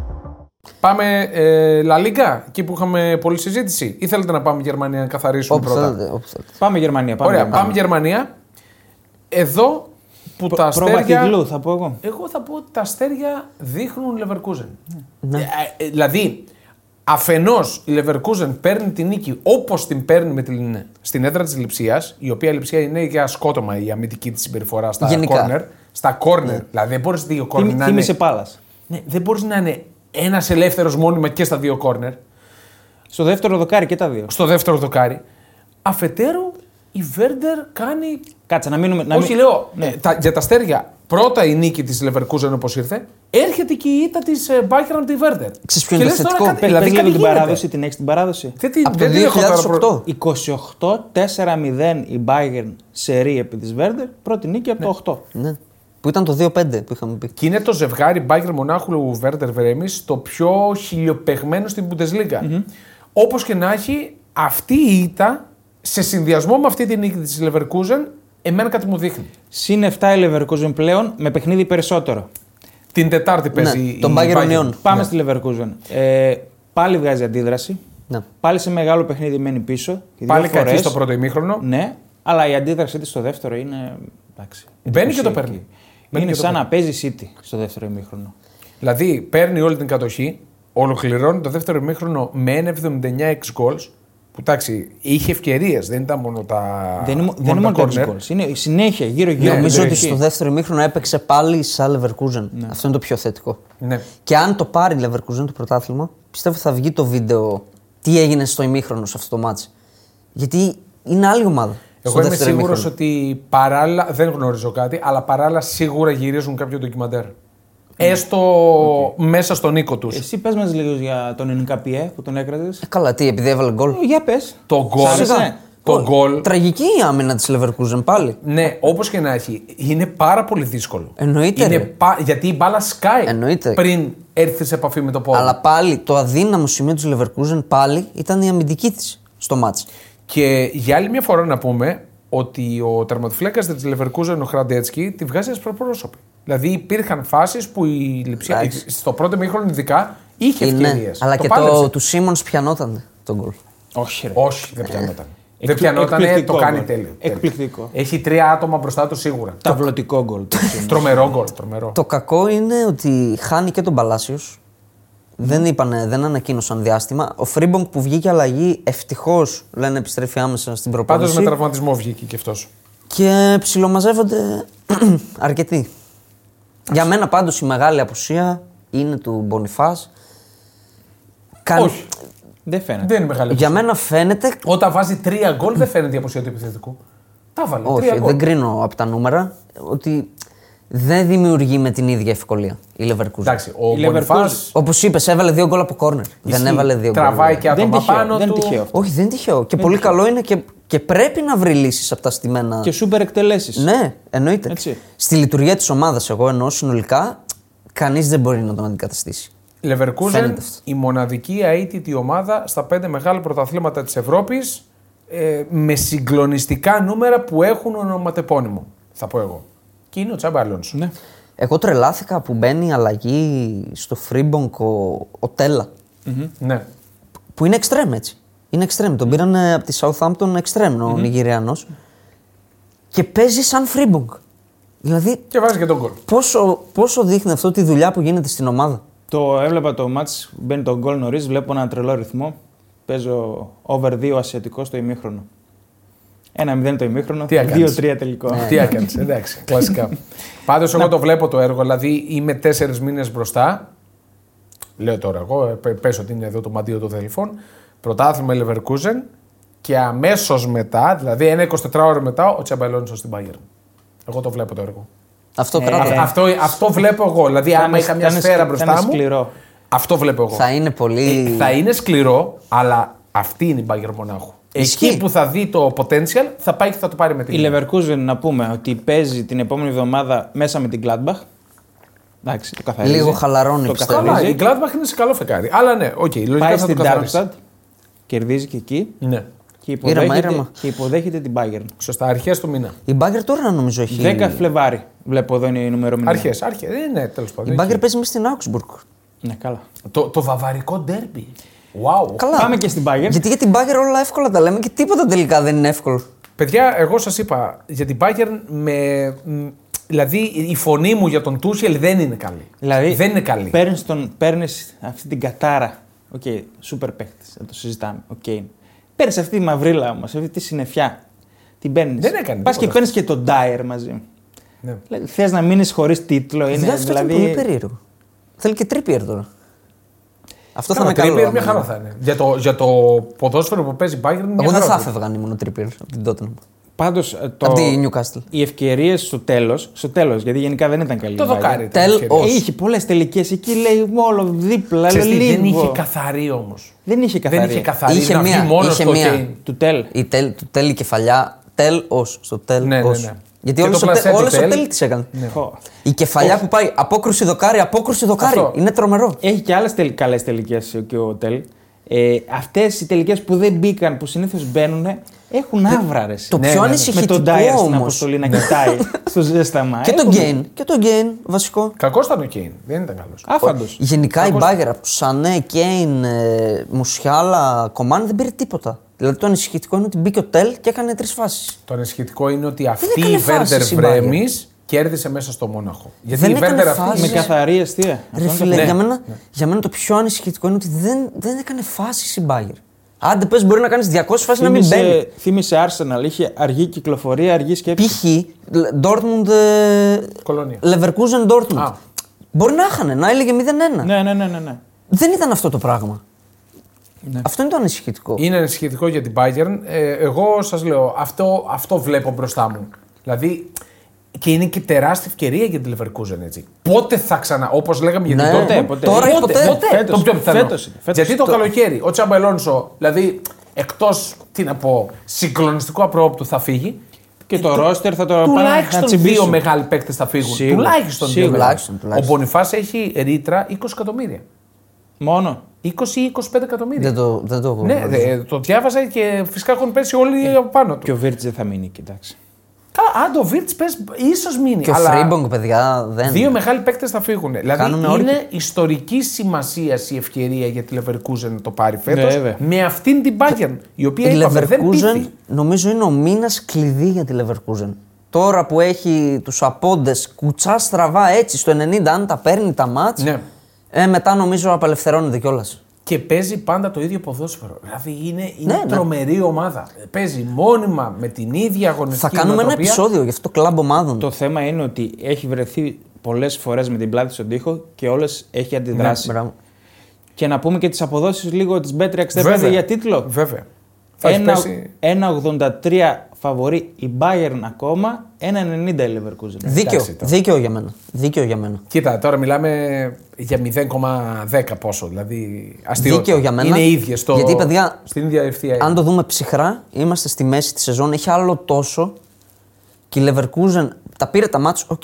A: Πάμε ε, La Liga, εκεί που είχαμε πολλή συζήτηση. Ή θέλετε να πάμε Γερμανία να καθαρίσουμε
C: Όπου
A: πρώτα.
C: θέλετε, όπου θέλετε.
B: Πάμε Γερμανία. Πάμε
A: Ωραία,
B: Γερμανία.
A: πάμε Γερμανία. Εδώ που τα αστέρια.
B: Προβαθυγλού, θα πω εγώ.
A: Εγώ θα πω ότι τα αστέρια δείχνουν Leverkusen. Ε, ε, δηλαδή, αφενός η Leverkusen παίρνει την νίκη όπως την παίρνει με την, στην έδρα της Λιψίας, η οποία Λιψία είναι για σκότωμα η αμυντική της συμπεριφορά στα
C: Γενικά.
A: corner. Στα corner. Δηλαδή, δεν μπορείς δύο corner
B: Θύμη-
A: να είναι.
B: Θύμησε πάλα.
A: Ναι, δεν μπορείς να είναι ένας ελεύθερος μόνιμα και στα δύο corner.
B: Στο δεύτερο δοκάρι και τα δύο.
A: Στο δεύτερο δοκάρι. Αφετέρου, η Βέρντερ κάνει
B: Κάτσε να μείνουμε. Να
A: Όχι,
B: μην-
A: λέω
B: Ναι.
A: ε, τα, για τα αστέρια. Πρώτα η νίκη της Leverkusen όπως ήρθε, έρχεται και η ήττα της Bayern από τη Werder.
C: Ξέρεις ποιο είναι
A: Και
C: το
A: λες τώρα
C: θετικό?
A: κάτι-
B: Πες-
A: Δηλαδή,
B: πες λίγο
A: κάτι
B: την
A: γίνεται.
B: παράδοση, την έχεις την παράδοση.
A: Δεν τη-
C: Από
A: δεν
C: το
A: τη έχω τώρα
C: 2008.
A: προ-
B: 28-4-0 η Bayern σε ρή επί της Βέρντερ, πρώτη νίκη από το 8.
C: Ναι. Που ήταν το 2-5 που είχαμε πει.
A: Και είναι το ζευγάρι Bayern Μονάχου Werder Βρέμι το πιο χιλιοπεγμένο στην Bundesliga. Όπως και να έχει, αυτή η ήττα σε συνδυασμό με αυτή τη νίκη της Leverkusen, εμένα κάτι μου δείχνει.
B: Συν 7 η Leverkusen πλέον με παιχνίδι περισσότερο.
A: Την Τετάρτη παίζει. η-
C: Ναι, τον
A: η
C: Bayern
A: Bayern.
C: Union.
B: Πάμε στη Leverkusen. Ε, πάλι βγάζει αντίδραση.
C: Ναι.
B: Πάλι σε μεγάλο παιχνίδι μένει πίσω. Και
A: Πάλι
B: δύο
A: κακή
B: φορές.
A: στο πρώτο ημίχρονο.
B: Ναι, αλλά η αντίδρασή της στο δεύτερο είναι. Εντάξει,
A: Μπαίνει και το
B: εντυπωσιακή.
A: παίρνει. Μπαίνει
B: Είναι
A: και το
B: σαν να παίζει City στο δεύτερο ημίχρονο.
A: Δηλαδή παίρνει όλη την κατοχή, ολοκληρώνει το δεύτερο ημίχρονο με 1,79 εξ goals. Που εντάξει, είχε ευκαιρίες, δεν ήταν μόνο τα.
B: δεν είναι, δεν είναι μόνο τα
A: corner.
B: goals, Είναι η συνέχεια γύρω-γύρω.
A: Ναι,
C: Νομίζω
A: ναι,
C: ότι
A: ισχύει.
C: στο δεύτερο ημίχρονο έπαιξε πάλι η Σα Leverkusen. Αυτό είναι το πιο θετικό.
A: Ναι.
C: Και αν το πάρει η Leverkusen το πρωτάθλημα, πιστεύω θα βγει το βίντεο τι έγινε στο ημίχρονο σε αυτό το μάτς. Γιατί είναι άλλη ομάδα.
A: Εγώ
C: στο
A: είμαι
C: δεύτερο
A: σίγουρο
C: ημίχρονο.
A: ότι παράλληλα, δεν γνωρίζω κάτι, αλλά παράλληλα σίγουρα γυρίζουν κάποιο ντοκιμαντέρ.
C: Ναι.
A: Έστω μέσα στον οίκο τους.
B: Εσύ πες μας λίγο για τον Ενικαπιέ που τον έκραζε.
C: Ε, Καλά, τι, επειδή έβαλε γκολ.
B: Για πες.
A: Το γκολ.
B: άρεσε.
A: Σιγά. Το γκολ.
C: Τραγική η άμυνα της Leverkusen πάλι.
A: Ναι, όπως και να έχει, είναι πάρα πολύ δύσκολο.
C: Εννοείται,
A: Είναι
C: ρε.
A: πα- Γιατί η μπάλα σκάει
C: Εννοείται.
A: πριν έρθει σε επαφή με το πόδι.
C: Αλλά πάλι το αδύναμο σημείο της Leverkusen πάλι ήταν η αμυντική της στο μάτς.
A: Και για άλλη μια φορά να πούμε ότι ο τερματοφύλακας της Leverkusen, ο Χραντέτσκι, τη βγάζει ασπροπρόσωπη. Δηλαδή υπήρχαν φάσεις που η Λιψία,
C: Εντάξει.
A: στο πρώτο μήχρονο ειδικά, είχε
C: Ε, ναι,
A: ευκαιρίες.
C: αλλά και το, του Σίμον πιανόταν τον γκολ.
B: Όχι, ρε.
A: Όχι, δεν πιανόταν. δεν
B: Εκπλη-
A: πιανόταν,
B: εκπληκτικό
A: το κάνει
B: γκολ.
A: τέλειο. τέλειο.
B: Εκπληκτικό.
A: Έχει τρία άτομα μπροστά του σίγουρα.
B: Ταυλωτικό γκολ. το σύμμα.
A: τρομερό γκολ. Τρομερό.
C: Το κακό είναι ότι χάνει και τον Παλάσιος. Δεν, είπανε, δεν ανακοίνωσαν διάστημα. Ο Φρίμπονγκ που βγήκε αλλαγή ευτυχώς λένε επιστρέφει άμεσα στην
A: Πάντως με
C: προπόνηση.
A: τραυματισμό βγήκε και αυτός.
C: Και ψιλομαζεύονται αρκετοί. Για μένα πάντως η μεγάλη απουσία είναι του Μπονιφάς.
A: Όχι.
B: Δεν φαίνεται.
A: Δεν είναι μεγάλη
C: Για
A: απουσία.
C: μένα φαίνεται.
A: Όταν βάζει τρία γκολ δεν φαίνεται η αποσία του επιθετικού. Τα βάλε. τρία
C: Όχι,
A: γκολ.
C: δεν κρίνω από τα νούμερα ότι δεν δημιουργεί με την ίδια ευκολία η Leverkusen.
A: Εντάξει, ο
B: Η Leverkusen-
A: Μπονιφάς
C: Όπως είπες, έβαλε δύο γκολ από κόρνερ. Δεν έβαλε δύο γκολ.
A: Τραβάει και
B: Δεν
A: άτομα
B: τυχαίο,
A: πάνω
B: δεν
A: του.
B: τυχαίο.
C: Όχι, δεν είναι τυχαίο. Και πολύ καλό είναι και, και πρέπει να βρει λύσεις από τα στημένα.
B: Και σούπερ εκτελέσεις.
C: Ναι, εννοείται.
B: Έτσι.
C: Στη λειτουργία της ομάδας, εγώ εννοώ συνολικά, κανείς δεν μπορεί να τον αντικαταστήσει.
A: Λεβερκούζεν,
C: Φαίνεται αυτό.
A: η μοναδική αίτητη ομάδα στα πέντε μεγάλα πρωταθλήματα της Ευρώπης ε, με συγκλονιστικά νούμερα που έχουν ονοματεπώνυμο, θα πω εγώ. Και είναι ο Τσάμπα Αλόνσο.
B: Ναι.
C: Εγώ τρελάθηκα που μπαίνει η αλλαγή στο Φρίμπονκ ο, ο Τέλα.
A: Ναι.
C: Που είναι εξτρέμ έτσι. Είναι εξτρέμ. Τον πήραν ε, από τη Southampton εξτρέμ ο Νιγηριανός. Και παίζει σαν Φρίμπονκ. Δηλαδή,
A: Και βάζει και τον κόλ.
C: πόσο, πόσο δείχνει αυτό τη δουλειά που γίνεται στην ομάδα.
B: Το έβλεπα το μάτς, μπαίνει το γκολ νωρίς, βλέπω ένα τρελό ρυθμό. Παίζω over 2 ασιατικό στο ημίχρονο. Ένα-0 το ημίχρονο.
A: Τι έκανες?
B: 2-3 τελικό.
A: Τι έκανες, εντάξει, κλασικά. Πάντως, εγώ το βλέπω το έργο, δηλαδή είμαι τέσσερις μήνες μπροστά. Λέω τώρα εγώ, ε, πε ότι είναι εδώ το μαντίο των δελφών. Πρωτάθλημα Leverkusen και αμέσως μετά, δηλαδή ένα 24ωρο μετά, ο Τσαμπαλόνισο στην Bayern. Εγώ το βλέπω το έργο.
C: Αυτό
B: Ε,
C: κράτα.
B: ε,
A: Αυτό, αυτό, αυτό βλέπω εγώ. Δηλαδή, άμα
B: Ήταν-
A: είχα μια
B: ήταν-
A: σφαίρα
B: ήταν
A: μπροστά μου.
B: σκληρό.
A: Αυτό βλέπω εγώ.
C: Θα είναι πολύ.
A: Ε, θα είναι σκληρό, αλλά αυτή είναι η Bayern Μονάχου.
C: Ισχύει.
A: Εκεί που θα δει το potential, θα πάει και θα το πάρει με την.
B: Η Leverkusen να πούμε ότι παίζει την επόμενη εβδομάδα μέσα με την Gladbach. Εντάξει, το καθαρίζει.
C: Λίγο χαλαρώνει,
B: το
C: πιστεύω.
A: Καλά, η
B: καθαρίζει.
A: Gladbach είναι σε καλό φεκάρι. Αλλά ναι, οκ, λογικά
B: Πάει
A: θα το
B: στην
A: καθαρίσει.
B: Darmstadt, κερδίζει και εκεί
A: Ναι.
B: και υποδέχεται,
C: ήρεμα.
B: και υποδέχεται την Bayern.
A: Σωστά, αρχές του μήνα.
C: Η Μπάγκερ τώρα νομίζω έχει.
B: 10 Φλεβάρι βλέπω εδώ είναι η ημερομηνία.
A: Αρχές, αρχές. Ε, ναι, τέλος πάντων.
C: Η Μπάγκερ
A: εκεί.
C: παίζει μες στην Augsburg.
B: Ναι, καλά.
A: Το, το βαβαρικό ντέρμπι. Wow.
C: Καλά.
B: Πάμε και στην Bayern.
C: Γιατί για την Μπάγκερ όλα εύκολα τα λέμε και τίποτα τελικά δεν είναι εύκολο.
A: Παιδιά, εγώ σας είπα για την Bayern με. μ, Δηλαδή η φωνή μου για τον Τούσελ δεν είναι καλή.
B: Δηλαδή,
A: δεν είναι καλή.
B: Παίρνεις, τον, παίρνεις αυτή την κατάρα. Οκ, σούπερ παίχτης, να το συζητάμε. Okay. Παίρνεις αυτή τη μαυρίλα όμως, αυτή τη συννεφιά. Την παίρνεις.
A: Δεν έκανε
B: Πας και
A: τίποτα.
B: παίρνεις και τον Ντάιερ μαζί.
A: Ναι.
B: Δηλαδή, Θες να μείνεις χωρίς τίτλο. Είναι,
C: Δηλαδή, αυτό
B: δηλαδή...
C: είναι πολύ περίεργο. Θέλει και τρίπιερ τώρα. Αυτό θα
A: Καλά,
C: είναι καλό.
A: Trippier
C: ναι. άμα
A: μια χαρά
C: είναι.
A: θα είναι. Για το, για το ποδόσφαιρο που παίζει η Bayern είναι μια
C: Εγώ δεν
A: χαρά
C: θα
A: είναι.
C: έφευγα αν ήμουν ο τρίπιερ από την Tottenham.
B: Πάντως, ε, το...
C: Απ' τη Newcastle.
B: Οι ευκαιρίες στο τέλος, στο τέλος, γιατί γενικά δεν ήταν καλή.
A: Το
B: η Bayern.
A: δοκάρι. ήταν
C: Τέλ-
A: ευκαιρία.
C: ο-
B: Ε, είχε πολλές τελικές. Εκεί λέει όλο δίπλα.
A: Ξέρεις τι,
B: λέει,
A: δεν
B: λίγο.
A: είχε καθαρή όμως.
B: Δεν είχε καθαρή.
A: Δεν είχε καθαρή.
C: Είχε
A: να
C: μία,
A: βγει μόνος
C: είχε
A: στο
C: μία.
A: Kane.
B: Του τέλ.
C: Η τέλ, του τέλει κεφαλιά, τέλ ως. Στο τέλ
A: Ναι, ναι,
C: ως.
A: ναι.
C: Γιατί
A: Και
C: όλε
A: το Ναι.
C: ο,
A: πλασέ
C: τε-
A: του
C: όλες ο
A: τέλ.
C: τέλ τη έκανε.
B: Ω.
C: Η κεφαλιά που πάει απόκρουση δοκάρι, απόκρουση δοκάρι.
A: Αυτό.
C: Είναι τρομερό.
B: Έχει και άλλες τελ, καλές τελικές και ο Τέλ. Ε, Αυτές οι τελικές που δεν μπήκαν, που συνήθως μπαίνουν, έχουν άβρα ρε.
C: Το
A: Ναι,
C: πιο
A: ναι, ναι.
B: Με
C: ανησυχητικό
B: τον Ντάιερ στην
C: όμως,
B: αποστολή να κοιτάει στο ζέσταμα.
C: Και τον
B: Έχουμε-
C: Γκέιν. Και τον Γκέιν, βασικό.
A: Κακός ήταν ο Kane. Δεν ήταν καλός.
B: Άφαντος.
C: Γενικά η Μπάγκερ από του Σανέ, ναι, Κέιν, ε, Μουσιάλα, Κομάν δεν πήρε τίποτα. Δηλαδή το ανησυχητικό είναι ότι μπήκε ο Τέλ και έκανε τρεις φάσεις.
A: Το ανησυχητικό είναι ότι αυτή
C: έκανε
A: η Βέρντερ
C: φάσεις η Bayern.
A: Βρέμη κέρδισε μέσα στο Μόναχο. Γιατί
C: Δεν
A: η
C: έκανε
A: Βέρντερ αυτή.
C: φάσεις.
B: Με
A: είναι-
B: καθαρή αιστεία. Αυτό
C: Ρε
B: είναι το
C: φίλε,
A: ναι,
C: για, μένα, για μένα το πιο ανησυχητικό είναι ότι δεν, δεν έκανε φάσεις η Μπάγκερ. Άντε πες, μπορεί να κάνεις 200 φάσεις να μην μπαίνει.
B: Ναι. Θύμισε, θύμισε Arsenal, είχε αργή κυκλοφορία, αργή σκέψη.
C: π.χ. Λε- Dortmund. ε,
A: Κολονία.
C: Leverkusen Dortmund.
A: Α.
C: Μπορεί να είχαν, να έλεγε
B: Ναι,
C: 0-1.
B: ναι, ναι, ναι. ναι.
C: Δεν ήταν αυτό το πράγμα.
B: Ναι.
C: Αυτό είναι το ανησυχητικό.
A: Είναι ανησυχητικό για την Bayern. Ε, εγώ σας λέω, αυτό, αυτό βλέπω μπροστά μου. Δηλαδή, και είναι και τεράστια ευκαιρία για την Leverkusen έτσι. Πότε θα ξανα. Όπως λέγαμε για την
C: Ναι.
A: Dortmund.
B: ποτέ.
C: Τώρα ή ποτέ.
B: Φέτος.
A: Το πιο πιθανό.
B: Φέτος είναι, φέτος.
A: Γιατί το, καλοκαίρι ο Τσάμπα Ελόνσο, δηλαδή εκτός, τι να πω, συγκλονιστικού απρόπτου θα φύγει.
C: Ε,
B: Και το ρόστερ θα το πάνε να
A: Τουλάχιστον δύο
B: τσιμπήσουν.
A: μεγάλοι παίκτες θα φύγουν.
B: Σίγουρα.
A: Τουλάχιστον δύο.
B: Σίγουρα.
A: μεγάλοι.
C: Τουλάχιστον, τουλάχιστον.
A: Ο Μπονιφάς έχει ρήτρα 20 εκατομμύρια.
B: Μόνο.
A: 20 ή 25 εκατομμύρια.
C: Δεν το, δεν το
A: Ναι,
C: γνωρίζω.
A: ε, το διάβαζα και φυσικά έχουν πέσει όλοι
C: Ε.
A: από πάνω του.
B: Και ο Βίρτζ δεν θα μείνει, κοιτάξτε.
C: Mm.
A: Καλά, αν το Βίρτ πες, ίσως μείνει.
C: Και ο
A: αλλά
C: Φρίμπονγκ, παιδιά, δεν.
A: Δύο μεγάλοι παίκτες θα φύγουν. Δηλαδή
C: Κάνουν
A: είναι
C: όρκη.
A: ιστορική σημασία η ευκαιρία για τη Leverkusen να το πάρει φέτος.
B: Βέβαια.
A: με αυτήν την Bayern, η οποία
C: Ναι, Η
A: είπαμε, δεν
C: Leverkusen
A: πείθει.
C: νομίζω είναι ο μήνας κλειδί για τη Leverkusen. Τώρα που έχει τους απόντες κουτσά στραβά έτσι στο 90, αν τα παίρνει τα μάτ.
A: Ναι.
C: Ε, μετά νομίζω απελευθερώνεται κιόλας.
A: Και παίζει πάντα το ίδιο ποδόσφαιρο. Δηλαδή είναι, είναι
C: Ναι, ναι.
A: τρομερή ομάδα. Παίζει μόνιμα με την ίδια
C: Θα
A: αγωνιστική
C: κάνουμε ένα
A: νοοτροπία.
C: επεισόδιο γι' αυτό το κλαμπ ομάδων.
B: Το θέμα είναι ότι έχει βρεθεί πολλές φορές με την πλάτη στον τοίχο και όλες έχει αντιδράσει.
C: Ναι, Μπράβο.
B: και να πούμε και τις αποδόσεις λίγο της Μπέτρια 65
A: Βέβαια.
B: για τίτλο.
A: Βέβαια. Θα έχει
B: Ένα-
A: πέσει.
B: 1,83 φαβορεί η Bayern ακόμα, 1,90 η Leverkusen.
C: Δίκαιο,
A: Εντάξει, τώρα.
C: δίκαιο για μένα. Δίκαιο για μένα.
A: Κοίτα, τώρα μιλάμε για 0,10 πόσο. Δηλαδή αστείο.
C: Δίκαιο για μένα.
A: Είναι ίδιες στο...
C: Γιατί, παιδιά,
A: στην ίδια ευθεία. είναι.
C: Αν το δούμε ψυχρά, είμαστε στη μέση της σεζόν, έχει άλλο τόσο. Και η Leverkusen τα πήρε τα μάτς, οκ,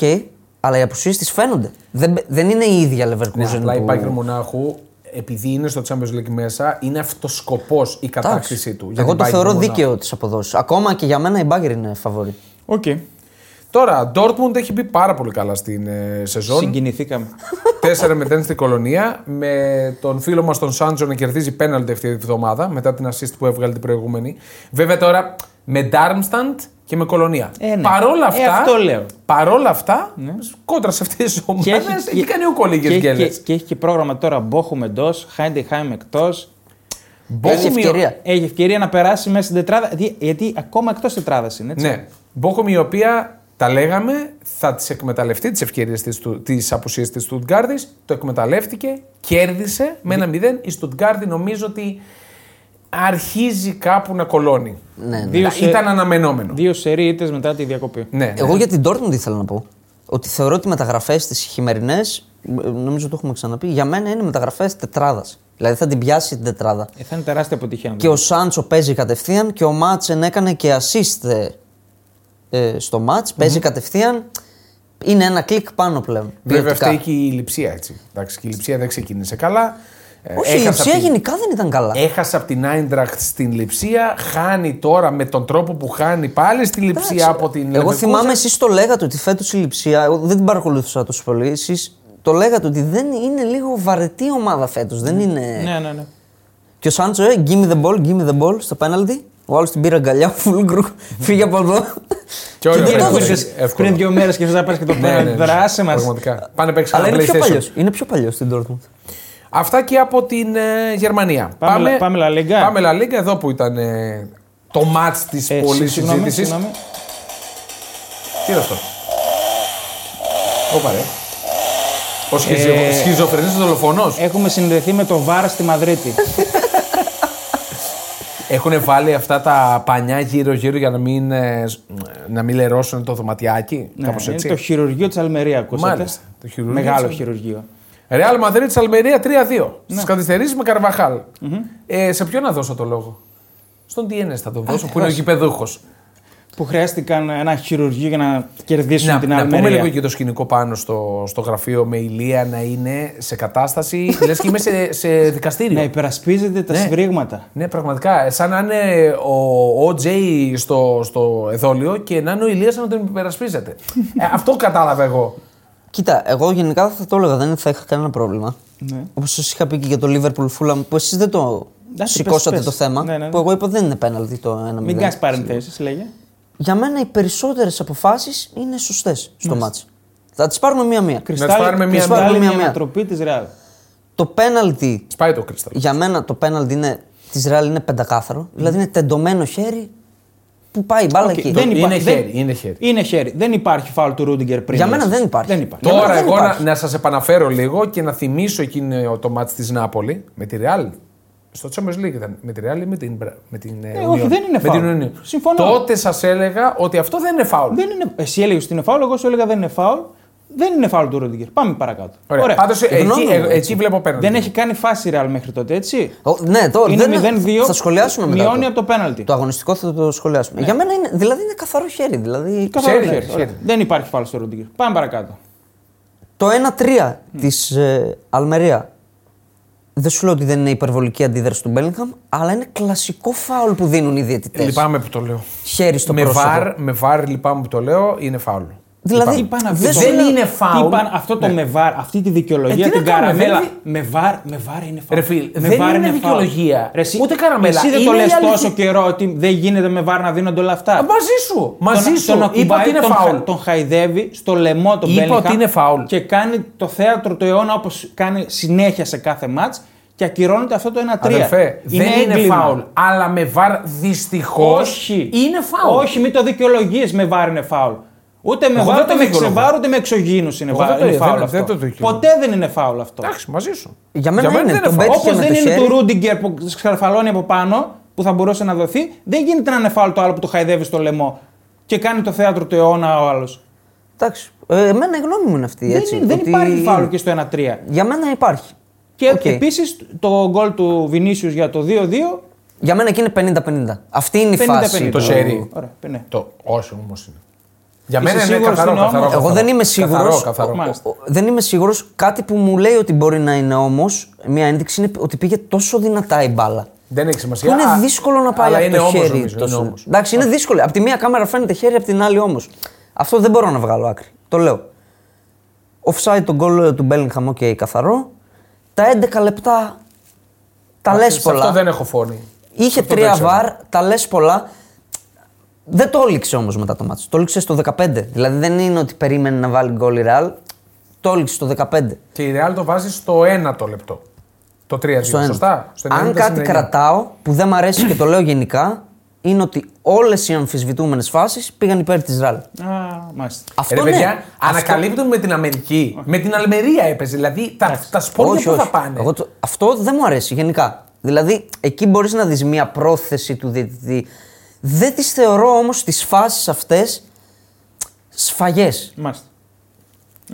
C: αλλά οι απουσίες της φαίνονται. Δεν, δεν είναι η ίδια Leverkusen.
A: Ναι, απλά η
C: που-
A: Bayern Μονάχου, επειδή είναι στο Champions League μέσα, είναι αυτοσκοπός η κατάκτησή
C: Εντάξει.
A: του. για
C: Εγώ
A: την
C: το
A: Bayern
C: θεωρώ
A: Μονάχου.
C: δίκαιο τι αποδόσει. Ακόμα και για μένα η Μπάγκερ είναι φαβορή.
B: Οκ.
A: Τώρα, Dortmund έχει μπει πάρα πολύ καλά στην ε, σεζόν.
B: Συγκινηθήκαμε.
A: 4 με 0 στην κολονία. Με τον φίλο μας τον Σάντζο να κερδίζει πέναλτι αυτή τη εβδομάδα μετά την assist που έβγαλε την προηγούμενη. Βέβαια τώρα με Darmstadt και με κολονία.
B: Ε, ναι.
A: Παρόλα
B: Ε,
A: αυτά.
B: αυτό λέω. Ναι.
A: Παρόλα αυτά, κόντρα σε αυτές τις ομάδε έχει, κάνει ο
B: και,
A: κολλήγε
B: έχει
A: γκέλε.
B: και, και έχει και πρόγραμμα τώρα Μπόχουμ εντό, Χάιντεχάιμ εκτό.
C: Έχει
A: Μπόχουμ η-
C: ευκαιρία.
B: Έχει ευκαιρία να περάσει μέσα στην τετράδα. δι- Γιατί ακόμα εκτός τετράδας είναι. Έτσι.
A: Ναι. Μπόχουμ η οποία τα λέγαμε, θα τι εκμεταλλευτεί τις ευκαιρίες της απουσία της Στουτγκάρδης. Το εκμεταλλεύτηκε, κέρδισε με
C: Ναι.
A: ένα 0. Η Στουτγκάρδη νομίζω ότι αρχίζει κάπου να κολώνει.
C: Ναι, ναι.
B: Δύο σε-
A: Ήταν αναμενόμενο.
B: Δύο σερή ήττες μετά τη διακοπή.
A: Ναι, ναι.
C: Εγώ για την Dortmund ήθελα να πω. Ότι θεωρώ ότι οι μεταγραφές τη χειμερινέ, νομίζω το έχουμε ξαναπεί, για μένα είναι μεταγραφές τετράδας. Δηλαδή θα την πιάσει την τετράδα.
B: Ε, θα είναι τεράστια αποτυχία. να το
C: Και ο Σάντσο παίζει κατευθείαν και ο Μάτσεν έκανε και assist ε, ε, στο μάτς. Παίζει κατευθείαν. Είναι ένα κλικ πάνω πλέον.
A: Βέβαια,
C: ποιοτικά.
A: αυτή και η λειψία έτσι. Εντάξει, και η λειψία δεν ξεκίνησε καλά. Ε,
C: Όχι, η
A: έχασε
C: Ιψία
A: απ' την-
C: γενικά δεν ήταν καλά.
A: Έχασε από την Άιντραχτ στην Λιψία, χάνει τώρα με τον τρόπο που χάνει πάλι στη Λιψία
C: Εντάξει,
A: από την
C: Εγώ
A: Leverkusen.
C: θυμάμαι, εσείς το λέγατε ότι φέτος η Λιψία. Εγώ δεν την παρακολουθούσα τόσο πολύ. Εσείς το λέγατε ότι δεν είναι λίγο βαρετή ομάδα φέτος. Δεν είναι.
B: Ναι, ναι, ναι.
C: Και ο Σάντσο, ε, give me the ball, give me the ball στο πέναλτι. Ο άλλος την πήρε αγκαλιά, full group, φύγε από εδώ.
A: Ναι. Και όλο
C: δεν
A: αυτό
C: το
A: είναι
C: έδωσες.
A: εύκολο.
B: Πριν δύο μέρες και θε να πάρει και το
A: Ναι, ναι, ναι.
B: πέρα. Δράσε μας.
A: Πραγματικά. Πάνε παίξει
C: Αλλά είναι
A: κανένα
C: πιο
A: PlayStation.
C: παλιός. Είναι πιο παλιός στην Dortmund.
A: Αυτά και από την ε, Γερμανία.
B: Πάμε- πάμε La Liga.
A: Πάμε La Liga, εδώ που ήταν ε, το μάτς της
B: Ε,
A: πολλής
B: συγγνώμη,
A: συζήτησης.
B: συγγνώμη.
A: Τι είναι αυτό. Όπα ρε. Ο σχιζο...
B: Ε,
A: σχιζοφρενής δολοφονός.
B: Έχουμε συνδεθεί με το βάρα στη Μαδρίτη.
A: Ε, Έχουν βάλει αυτά τα πανιά γύρω-γύρω για να μην, ε, σ- να μην λερώσουν το δωματιάκι.
B: Ναι,
A: κάπως
B: είναι
A: έτσι.
B: το χειρουργείο της Αλμερία, ακούσατε.
A: Μάλιστα. Το χειρουργείο
B: Μεγάλο
A: της-
B: χειρουργείο.
A: Ρεάλ Μαδρίτη Αλμερία 3-2.
B: Ναι.
A: Στις καθυστερήσει με καρβαχαλ Ε, σε ποιον να δώσω το λόγο. Στον DNS θα τον δώσω, που είναι ο γηπεδούχος.
B: Που χρειάστηκαν ένα χειρουργείο για να κερδίσουν
A: Να,
B: την
A: να πούμε λίγο
B: Αλμερία.
A: και το σκηνικό πάνω στο, στο γραφείο με ηλία να είναι σε κατάσταση. λες και είμαι σε, σε δικαστήριο.
B: Να υπερασπίζεται τα
A: Ναι.
B: σφρίγματα.
A: Ναι, πραγματικά. ε, Σαν να είναι ο Ότζέι στο, στο εδόλιο και να είναι ο Ηλίας να τον υπερασπίζεται. ε, αυτό κατάλαβα εγώ.
C: Κοίτα, εγώ γενικά θα το έλεγα, δεν θα είχα κανένα πρόβλημα.
B: Ναι.
C: Όπως σας είχα πει και για το Liverpool Fulham, που εσείς δεν το
B: Εντάξει,
C: σηκώσατε
B: πες,
C: το
B: πες.
C: θέμα.
B: Ναι, ναι, ναι.
C: Που εγώ είπα δεν είναι πέναλτι το ένα 0
A: Ναι,
B: Μην κάνεις παρενθέσεις, λέγε.
C: Για μένα οι περισσότερες αποφάσεις είναι σωστές στο μάτς. Θα τις πάρουμε μία-μία.
B: Κρυστάλλι-
A: τις πάρουμε μία-μία.
B: κρυστάλλινη
C: Πάρουμε μία-μία.
B: ανατροπή της Ρεάλ.
C: Το πέναλτι
A: Σπάει το κρυστάλλι.
C: Για μένα το πέναλτι είναι, της Ρεάλ είναι πεντακάθαρο. Δηλαδή είναι τεντωμένο χέρι που πάει η μπάλα
B: Οκ,
C: εκεί.
B: δεν
A: είναι
B: υπά- δεν-
A: χέρι, είναι χέρι.
B: Είναι χέρι. Δεν υπάρχει φάουλ του Ρούντιγκερ πριν.
C: Για
B: λες.
C: μένα δεν υπάρχει.
B: Δεν υπάρχει.
C: Για μένα
A: Τώρα
C: δεν
A: εγώ να,
C: υπάρχει.
A: να σας επαναφέρω λίγο και να θυμίσω εκείνο το μάτς της Νάπολη με τη Ρεάλ. Στο Champions League ήταν με τη Ρεάλ ή με την, Μπρα- με την ε,
B: Ε, όχι,
A: Union.
B: δεν είναι
A: με την
B: φάουλ.
A: Union.
B: Συμφωνώ.
A: Τότε σας έλεγα ότι αυτό δεν είναι φάουλ.
B: Δεν είναι... Εσύ έλεγες ότι είναι φάουλ, εγώ σου έλεγα δεν είναι φάουλ. Δεν είναι φάουλ του Ρούντιγκερ. Πάμε παρακάτω.
A: Ωραία. Πάντως εκεί,
C: Γνώμη μου,
A: ε,
C: έτσι.
A: εκεί βλέπω πέναντι.
B: Δεν έχει κάνει φάση η Ρεάλ μέχρι τότε, έτσι.
C: Ο- ναι, το,
B: Είναι
C: δεν,
B: 0-2.
C: θα σχολιάσουμε μετά.
B: Μειώνει από το πέναλτι. Ναι.
C: Το αγωνιστικό θα το σχολιάσουμε. Για μένα είναι, δηλαδή είναι καθαρό χέρι. Δηλαδή,
B: Καθαρό
A: Χέρι,
B: χέρι.
A: χέρι,
B: Ωραία.
A: χέρι.
B: Δεν υπάρχει φάουλ στο Ρούντιγκερ. Πάμε παρακάτω.
C: Το 1-3 της ε, Αλμερία. Δεν σου λέω ότι δεν είναι υπερβολική αντίδραση του Μπέλιγχαμ, αλλά είναι κλασικό φάουλ που δίνουν οι
B: Ε,
C: διαιτητές.
A: Λυπάμαι που το λέω.
C: Χέρι στο
A: με
C: πρόσωπο.
A: βαρ, με βαρ λυπάμαι που το λέω, είναι φάουλ.
C: Δηλαδή,
A: Λυπάμαι.
B: Είπα να
C: δεν
B: βγω.
C: σου λέω-
A: είναι φάουλ.
B: Τι είπαν- αυτό το με βάρ, αυτή τη δικαιολογία,
A: Ναι. Ε, τι
B: την
A: να κάνουμε,
B: καραμέλα.
A: δεν
B: Με βάρ, με βάρ είναι φάουλ.
A: Ρε φίλ,
B: με
A: δεν
B: βάρ
A: είναι
B: φάουλ.
A: δικαιολογία.
B: Ρε εσύ-
A: Ούτε καραμέλα.
B: Εσύ δεν
A: Είναι
B: το
A: η
B: λες
A: αλήθεια.
B: τόσο καιρό ότι δεν γίνεται με βάρ να δίνονται όλα αυτά.
A: Μαζί σου. Μαζί
B: τον,
A: σου.
B: Τον
A: Είπα
B: ακουμπάει,
A: ότι είναι
B: τον,
A: φάουλ.
B: χα- τον χαϊδεύει στο λαιμό τον
A: Είπα
B: Μπέλιγχαμ
A: ότι είναι φάουλ.
B: Και κάνει το θέατρο του αιώνα όπως κάνει συνέχεια σε κάθε μάτ και ακυρώνεται αυτό το 1-3.
A: Αδερφέ, δεν είναι
B: έγκλημα.
A: φάουλ. Αλλά με βαρ δυστυχώς
B: Όχι.
A: είναι φάουλ.
B: Όχι, μην το δικαιολογείς με βάρ είναι φάουλ. Ούτε με
A: Εγώ
B: βάρ,
A: δεν το
B: ούτε με
A: δικαιολογώ.
B: ξεβάρ, ούτε με εξωγήινους είναι,
A: Εγώ δεν
B: βάρ,
A: το-
B: είναι φάουλ
A: δεν-
B: αυτό.
A: δεν το δικαιολογώ.
B: Ποτέ δεν είναι φάουλ αυτό.
A: Εντάξει, μαζί σου.
C: Για μένα είναι,
A: δεν
C: τον
A: φάουλ.
C: πέτυχε.
B: Όπως
C: με
B: δεν
C: το
B: είναι
C: χέρι.
B: του Ρούντιγκερ που σκαρφαλώνει από πάνω, που θα μπορούσε να δοθεί, δεν γίνεται να είναι φάουλ το άλλο που το χαϊδεύει στο λαιμό και κάνει το θέατρο του αιώνα ο άλλος.
C: Εντάξει. Ε, εμένα η γνώμη μου είναι αυτή.
B: Δεν,
C: έτσι,
B: είναι- δεν
C: ότι-
B: υπάρχει φάουλ και στο 1-3.
C: Για μένα υπάρχει.
B: Και
C: Οκ.
B: επίσης το γκολ του Βινίσιους για το 2-2.
C: Για μένα εκεί είναι 50-50. Αυτή είναι η
B: 50-50.
C: φάση.
A: Το
C: του-
A: χέρι.
B: Ωραία, ναι.
A: Το... Όχι όμως είναι. Για
B: Είσαι
A: μένα είναι
B: σίγουρος
A: καθαρό,
B: ότι είναι
A: καθαρό,
B: όμως?
A: καθαρό.
C: Εγώ δεν είμαι
A: Καθαρό,
C: σίγουρος.
A: καθαρό.
B: Μάλιστα.
C: Δεν είμαι σίγουρος. Κάτι που μου λέει ότι μπορεί να είναι όμως μια ένδειξη είναι ότι πήγε τόσο δυνατά η μπάλα.
A: Δεν έχει
C: Που
A: σημασία.
C: είναι
A: Α,
C: δύσκολο να πάει
A: αλλά
C: από
A: είναι
C: το
A: όμως,
C: χέρι.
A: νομίζω,
C: τόσο-
A: είναι όμως.
C: Εντάξει, είναι δύσκολο. Από τη μία κάμερα φαίνεται χέρι, από την άλλη όμως. Αυτό δεν μπορώ να βγάλω άκρη. Το λέω. Offside το γκολ ε, του Μπέλιγχαμ, οκ, καθαρό. Τα 11 λεπτά τα λες
A: Σε Αυτό
C: πολλά.
A: δεν έχω φόνη.
C: Είχε
A: Αυτό
C: τρία
A: δεν ξέρω.
C: βαρ, τα λες πολλά. Δεν το όληξε όμως μετά το μάτσο. Το όληξε στο 15. Δηλαδή δεν είναι ότι περίμενε να βάλει γκολ η Ρεάλ. Το όληξε στο 15.
A: Και η Real το βάζει στο ένατο λεπτό. Το 3-2.
C: Στο ένα.
A: Σωστά. Στο
C: Αν
A: 90
C: κάτι
A: συν 9.
C: κρατάω που δεν μ' αρέσει και το λέω γενικά, είναι ότι όλες οι αμφισβητούμενες φάσεις πήγαν υπέρ της Ραλ.
B: Α, μάλιστα.
C: Αυτό
A: Ε, Ρε παιδιά,
C: ναι.
A: ανακαλύπτουν με την Αμερική. Με την Αλμερία έπαιζε. Δηλαδή τα, τα σπόρια
C: Όχι,
A: που θα
C: όχι.
A: πάνε.
C: Εγώ το- Αυτό δεν μου αρέσει γενικά. Δηλαδή, εκεί μπορείς να δεις μια πρόθεση του διαιτητή. Δεν τις θεωρώ όμως τις φάσεις αυτές σφαγές.
B: μάλιστα.